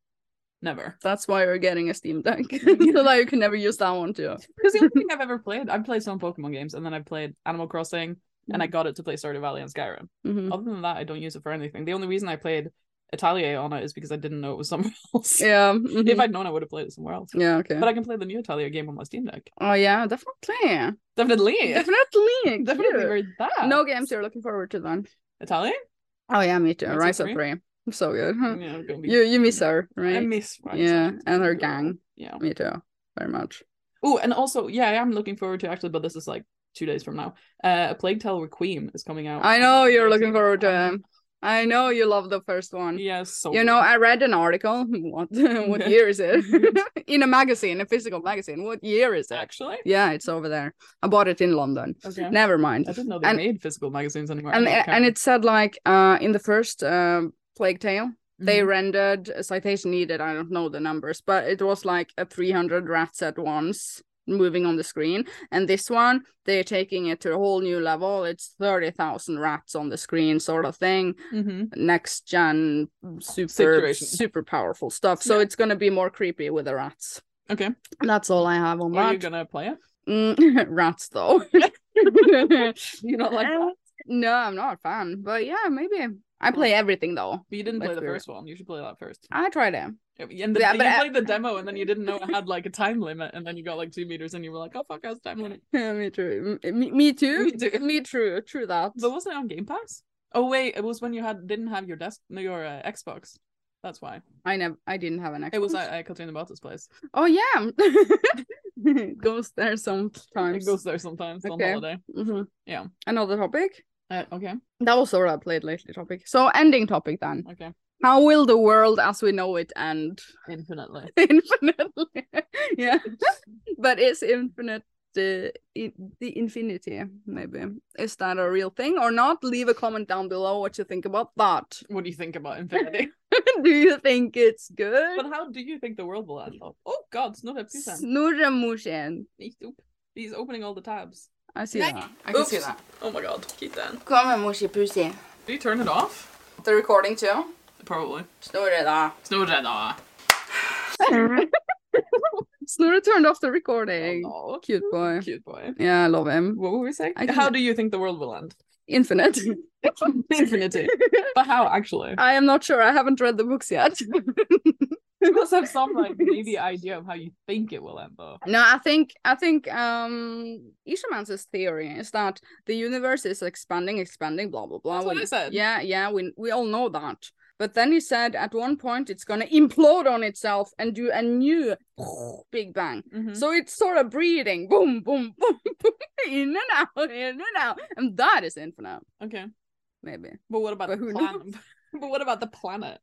[SPEAKER 2] never.
[SPEAKER 1] [laughs] that's why you're getting a Steam Deck. [laughs] so that you can never use that one too.
[SPEAKER 2] Because the only thing I've ever played, I've played some Pokemon games, and then I played Animal Crossing, and I
[SPEAKER 1] Mm.
[SPEAKER 2] got it to play Stardew Valley and Skyrim.
[SPEAKER 1] Mhm.
[SPEAKER 2] Other than that, I don't use it for anything. The only reason I played Atelier on it is because I didn't know it was [laughs] somewhere else.
[SPEAKER 1] Yeah. mhm.
[SPEAKER 2] If I'd known, I would have played it somewhere else.
[SPEAKER 1] Yeah. Okay.
[SPEAKER 2] But I can play the new Atelier game on my Steam Deck.
[SPEAKER 1] Oh yeah, definitely.
[SPEAKER 2] Definitely,
[SPEAKER 1] [laughs] Definitely.
[SPEAKER 2] [laughs] definitely
[SPEAKER 1] cute.
[SPEAKER 2] read that.
[SPEAKER 1] No games you're looking forward to then.
[SPEAKER 2] Italian.
[SPEAKER 1] Oh yeah, me too.
[SPEAKER 2] Rise of
[SPEAKER 1] Rise of
[SPEAKER 2] Three?
[SPEAKER 1] Three. So good.
[SPEAKER 2] Yeah, I'm gonna be-
[SPEAKER 1] You you miss her, right?
[SPEAKER 2] I miss. Ryan
[SPEAKER 1] yeah,
[SPEAKER 2] Sessions,
[SPEAKER 1] and her
[SPEAKER 2] girl.
[SPEAKER 1] gang.
[SPEAKER 2] Yeah.
[SPEAKER 1] Me too. Very much.
[SPEAKER 2] Oh, and also, yeah, I am looking forward to actually, but this is like two days from now. Uh, a Plague Tale Requiem is coming out.
[SPEAKER 1] I know you're looking
[SPEAKER 2] Um,
[SPEAKER 1] forward to him. I know you love the first one.
[SPEAKER 2] Yes. So
[SPEAKER 1] You know, I read an article. [laughs] What what
[SPEAKER 2] [laughs]
[SPEAKER 1] year is it? [laughs] in a magazine, a physical magazine. What year is it?
[SPEAKER 2] actually.
[SPEAKER 1] Yeah, it's over there. I bought it in London.
[SPEAKER 2] Okay.
[SPEAKER 1] Never
[SPEAKER 2] I
[SPEAKER 1] mind.
[SPEAKER 2] didn't know they
[SPEAKER 1] And-
[SPEAKER 2] made physical magazines anymore.
[SPEAKER 1] And
[SPEAKER 2] I don't
[SPEAKER 1] and
[SPEAKER 2] care.
[SPEAKER 1] it said like uh in the first um Plague Tale, they
[SPEAKER 2] Mm-hmm.
[SPEAKER 1] rendered a citation needed. I don't know the numbers, but it was like a 300 rats at once moving on the screen. And this one, they're taking it to a whole new level. It's 30,000 rats on the screen, sort of thing.
[SPEAKER 2] Mhm.
[SPEAKER 1] Next gen, super,
[SPEAKER 2] Situation.
[SPEAKER 1] super powerful stuff. So
[SPEAKER 2] Yeah.
[SPEAKER 1] it's going to be more creepy with the rats.
[SPEAKER 2] Okay.
[SPEAKER 1] That's all I have on
[SPEAKER 2] Are you
[SPEAKER 1] that.
[SPEAKER 2] gonna play it?
[SPEAKER 1] Mm, [laughs] rats, though.
[SPEAKER 2] [laughs] You
[SPEAKER 1] [laughs]
[SPEAKER 2] not [laughs] like
[SPEAKER 1] Um,
[SPEAKER 2] that?
[SPEAKER 1] no, I'm not a fan, but yeah, maybe. I play everything though.
[SPEAKER 2] But you didn't
[SPEAKER 1] like
[SPEAKER 2] play the
[SPEAKER 1] we're-
[SPEAKER 2] first one. You should play that first.
[SPEAKER 1] I tried it.
[SPEAKER 2] And the,
[SPEAKER 1] Yeah,
[SPEAKER 2] you
[SPEAKER 1] but I-
[SPEAKER 2] played the demo, and then you didn't know it had like a time limit, and then you got like two meters, and you were like, "Oh fuck, I has a time limit."
[SPEAKER 1] [laughs] Yeah, me too. M- eh, Me, me too.
[SPEAKER 2] Me too.
[SPEAKER 1] Me true. True that.
[SPEAKER 2] But wasn't it on Game Pass? Oh wait, it was when you had didn't have your desk, no, your uh, Xbox. That's why
[SPEAKER 1] I never. I didn't have an Xbox.
[SPEAKER 2] it was at uh, Katrina Balta's place.
[SPEAKER 1] Oh yeah. [laughs] goes there sometimes.
[SPEAKER 2] It goes there sometimes on
[SPEAKER 1] Okay.
[SPEAKER 2] holiday.
[SPEAKER 1] Mhm.
[SPEAKER 2] Yeah.
[SPEAKER 1] Another topic.
[SPEAKER 2] Uh, okay,
[SPEAKER 1] That was all I played lately. Topic. So ending topic then.
[SPEAKER 2] okay,
[SPEAKER 1] How will the world as we know it end? [laughs]
[SPEAKER 2] infinitely.
[SPEAKER 1] infinitely. [laughs] yeah. But is infinite the i- the infinity maybe is that a real thing or not? Leave a comment down below what you think about that. [laughs]
[SPEAKER 2] What do you think about infinity?
[SPEAKER 1] Do you think it's good?
[SPEAKER 2] but how do you think the world will end up? Oh God, it's not a season.
[SPEAKER 1] Snurra Mushen.
[SPEAKER 2] He's opening all the tabs.
[SPEAKER 1] I see
[SPEAKER 2] Nice.
[SPEAKER 1] that. I
[SPEAKER 2] Oops. Oh my God, keep that.
[SPEAKER 1] Come on, Mushi Pussy.
[SPEAKER 2] Do you turn it off?
[SPEAKER 1] The recording too?
[SPEAKER 2] Probably.
[SPEAKER 1] Snurra [laughs] da.
[SPEAKER 2] It's no red eye.
[SPEAKER 1] Snurra turned off the recording.
[SPEAKER 2] no.
[SPEAKER 1] Cute boy.
[SPEAKER 2] Cute boy.
[SPEAKER 1] Yeah, I love him.
[SPEAKER 2] What were we saying?
[SPEAKER 1] I think-
[SPEAKER 2] How do you think the world will end? [laughs]
[SPEAKER 1] Infinite. [laughs]
[SPEAKER 2] Infinity. but how [laughs] actually?
[SPEAKER 1] I am not sure. I haven't read the books
[SPEAKER 2] [laughs]
[SPEAKER 1] yet.
[SPEAKER 2] You must have
[SPEAKER 1] [laughs]
[SPEAKER 2] some like maybe idea of how you think it will end though.
[SPEAKER 1] No, I think I think um Ishamans' theory is that the universe is expanding, expanding, blah blah blah.
[SPEAKER 2] That's what
[SPEAKER 1] We-
[SPEAKER 2] I said.
[SPEAKER 1] Yeah, yeah, we we all know that. But then he said at one point it's gonna implode on itself and do a new [laughs] big bang.
[SPEAKER 2] Mhm.
[SPEAKER 1] So it's sort of breathing, boom, boom, [laughs] boom, boom, in and out, in and out, and that is infinite,
[SPEAKER 2] Okay.
[SPEAKER 1] maybe.
[SPEAKER 2] But what about
[SPEAKER 1] But
[SPEAKER 2] the
[SPEAKER 1] who
[SPEAKER 2] planet? [laughs] but what about the planet?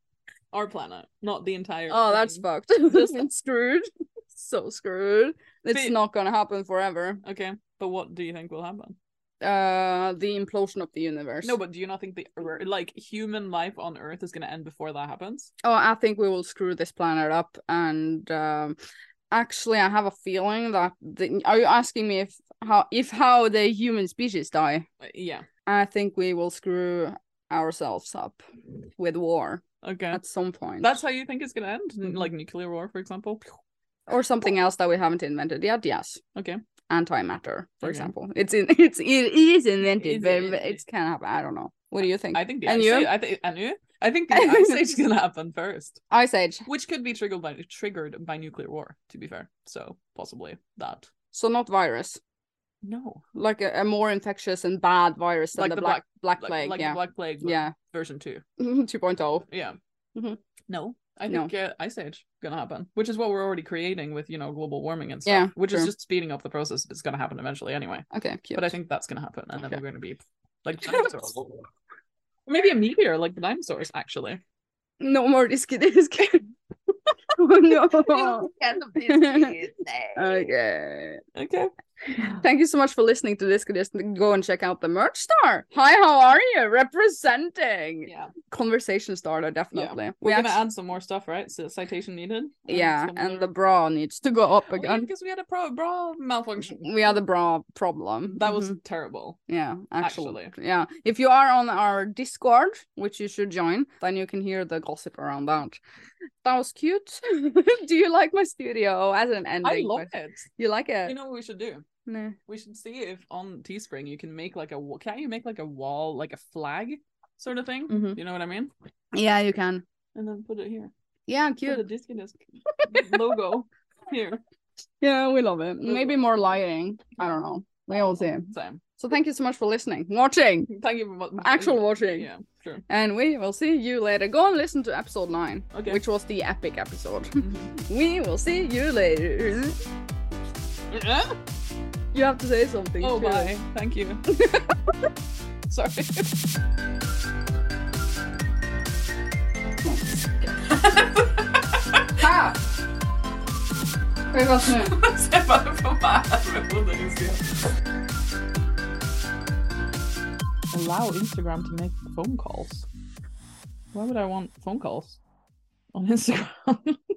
[SPEAKER 2] Our planet, not the entire.
[SPEAKER 1] Oh, that's
[SPEAKER 2] thing.
[SPEAKER 1] fucked. [laughs] It's screwed. [laughs] So screwed. It's
[SPEAKER 2] But-
[SPEAKER 1] not gonna happen forever.
[SPEAKER 2] okay. But what do you think will happen?
[SPEAKER 1] Uh, the implosion of the universe.
[SPEAKER 2] No, but do you not think the er- like human life on Earth is going to end before that happens?
[SPEAKER 1] Oh, I think we will screw this planet up. And um, actually, I have a feeling that the, are you asking me if how if how the human species die?
[SPEAKER 2] Uh, Yeah.
[SPEAKER 1] I think we will screw ourselves up with war
[SPEAKER 2] Okay.
[SPEAKER 1] at some point,
[SPEAKER 2] That's Mm-hmm. how you think it's going to end, N-
[SPEAKER 1] Mhm.
[SPEAKER 2] like nuclear war, for example.
[SPEAKER 1] or something else that we haven't invented yet. Yes.
[SPEAKER 2] Okay.
[SPEAKER 1] Antimatter, for
[SPEAKER 2] Okay.
[SPEAKER 1] example, it's in [laughs] it's it is invented,
[SPEAKER 2] Is
[SPEAKER 1] but
[SPEAKER 2] invented.
[SPEAKER 1] it can happen. I don't know. What do you think?
[SPEAKER 2] I think the
[SPEAKER 1] And
[SPEAKER 2] ice
[SPEAKER 1] you?
[SPEAKER 2] age. I think and you? I think the
[SPEAKER 1] [laughs]
[SPEAKER 2] ice age is going to happen first,
[SPEAKER 1] Ice Age.
[SPEAKER 2] which could be triggered by triggered by nuclear war. To be fair, so possibly that.
[SPEAKER 1] So not virus.
[SPEAKER 2] No.
[SPEAKER 1] like a, a more infectious and bad virus than
[SPEAKER 2] Like
[SPEAKER 1] the,
[SPEAKER 2] the
[SPEAKER 1] black black,
[SPEAKER 2] Like,
[SPEAKER 1] plague.
[SPEAKER 2] like the
[SPEAKER 1] yeah,
[SPEAKER 2] Black Plague but
[SPEAKER 1] yeah,
[SPEAKER 2] version 2.
[SPEAKER 1] [laughs] 2.0.
[SPEAKER 2] Yeah.
[SPEAKER 1] Mhm.
[SPEAKER 2] No. I
[SPEAKER 1] No.
[SPEAKER 2] think uh, Ice Age gonna happen, which is what we're already creating with you know global warming and stuff,
[SPEAKER 1] Yeah,
[SPEAKER 2] which is
[SPEAKER 1] true.
[SPEAKER 2] just speeding up the process. It's gonna happen eventually anyway.
[SPEAKER 1] Okay, cute.
[SPEAKER 2] But I think that's gonna happen, and
[SPEAKER 1] Okay.
[SPEAKER 2] then we're gonna be
[SPEAKER 1] [laughs]
[SPEAKER 2] like dinosaurs. Or Maybe a meteor, like the dinosaurs. Actually,
[SPEAKER 1] no more
[SPEAKER 2] [laughs]
[SPEAKER 1] risky risky. [laughs] oh no. [laughs] Okay.
[SPEAKER 2] okay.
[SPEAKER 1] Thank you so much for listening to this. Just go and check out the merch star. Hi, how are you? Representing
[SPEAKER 2] Yeah,
[SPEAKER 1] conversation starter, definitely. We
[SPEAKER 2] we're gonna
[SPEAKER 1] actu-
[SPEAKER 2] add some more stuff, right? So citation needed.
[SPEAKER 1] yeah,
[SPEAKER 2] some
[SPEAKER 1] and
[SPEAKER 2] more-
[SPEAKER 1] the bra needs to go up
[SPEAKER 2] Oh, yeah,
[SPEAKER 1] again.
[SPEAKER 2] because we had a pro bra malfunction.
[SPEAKER 1] We had the bra problem.
[SPEAKER 2] That was
[SPEAKER 1] Mhm.
[SPEAKER 2] terrible.
[SPEAKER 1] Yeah, actually. Yeah. If you are on our Discord, which you should join, then you can hear the gossip around that. That was cute. [laughs] do you like my studio Oh, as an ending?
[SPEAKER 2] I love
[SPEAKER 1] question?
[SPEAKER 2] it.
[SPEAKER 1] You like it?
[SPEAKER 2] You know what we should do?
[SPEAKER 1] Nah.
[SPEAKER 2] We should see if on Teespring you can make like a wa- can't you make like a wall like a flag sort of thing?
[SPEAKER 1] Mhm.
[SPEAKER 2] You know what I mean?
[SPEAKER 1] Yeah, you can.
[SPEAKER 2] And then put it here.
[SPEAKER 1] Yeah,
[SPEAKER 2] Put the
[SPEAKER 1] cute.
[SPEAKER 2] disc disc logo [laughs] here.
[SPEAKER 1] Yeah, we love it.
[SPEAKER 2] Good.
[SPEAKER 1] Maybe more lighting. I don't know. We will see.
[SPEAKER 2] Same.
[SPEAKER 1] So thank you so much for listening, watching,
[SPEAKER 2] Thank you for wa-
[SPEAKER 1] actual watching.
[SPEAKER 2] Yeah, sure.
[SPEAKER 1] And we will see you later. Go and listen to episode 9,
[SPEAKER 2] Okay.
[SPEAKER 1] which was the epic episode. [laughs]
[SPEAKER 2] Mhm.
[SPEAKER 1] we will see you later. [laughs]
[SPEAKER 2] Uh-uh.
[SPEAKER 1] You have to say something.
[SPEAKER 2] [laughs] oh
[SPEAKER 1] surely.
[SPEAKER 2] bye. Thank you.
[SPEAKER 1] [laughs]
[SPEAKER 2] Sorry.
[SPEAKER 1] Hæ? Hva er
[SPEAKER 2] [laughs]
[SPEAKER 1] galt nå?
[SPEAKER 2] Se bare på meg. Jeg trodde du skulle- Allow Instagram to make phone calls. Why would I want phone calls on Instagram?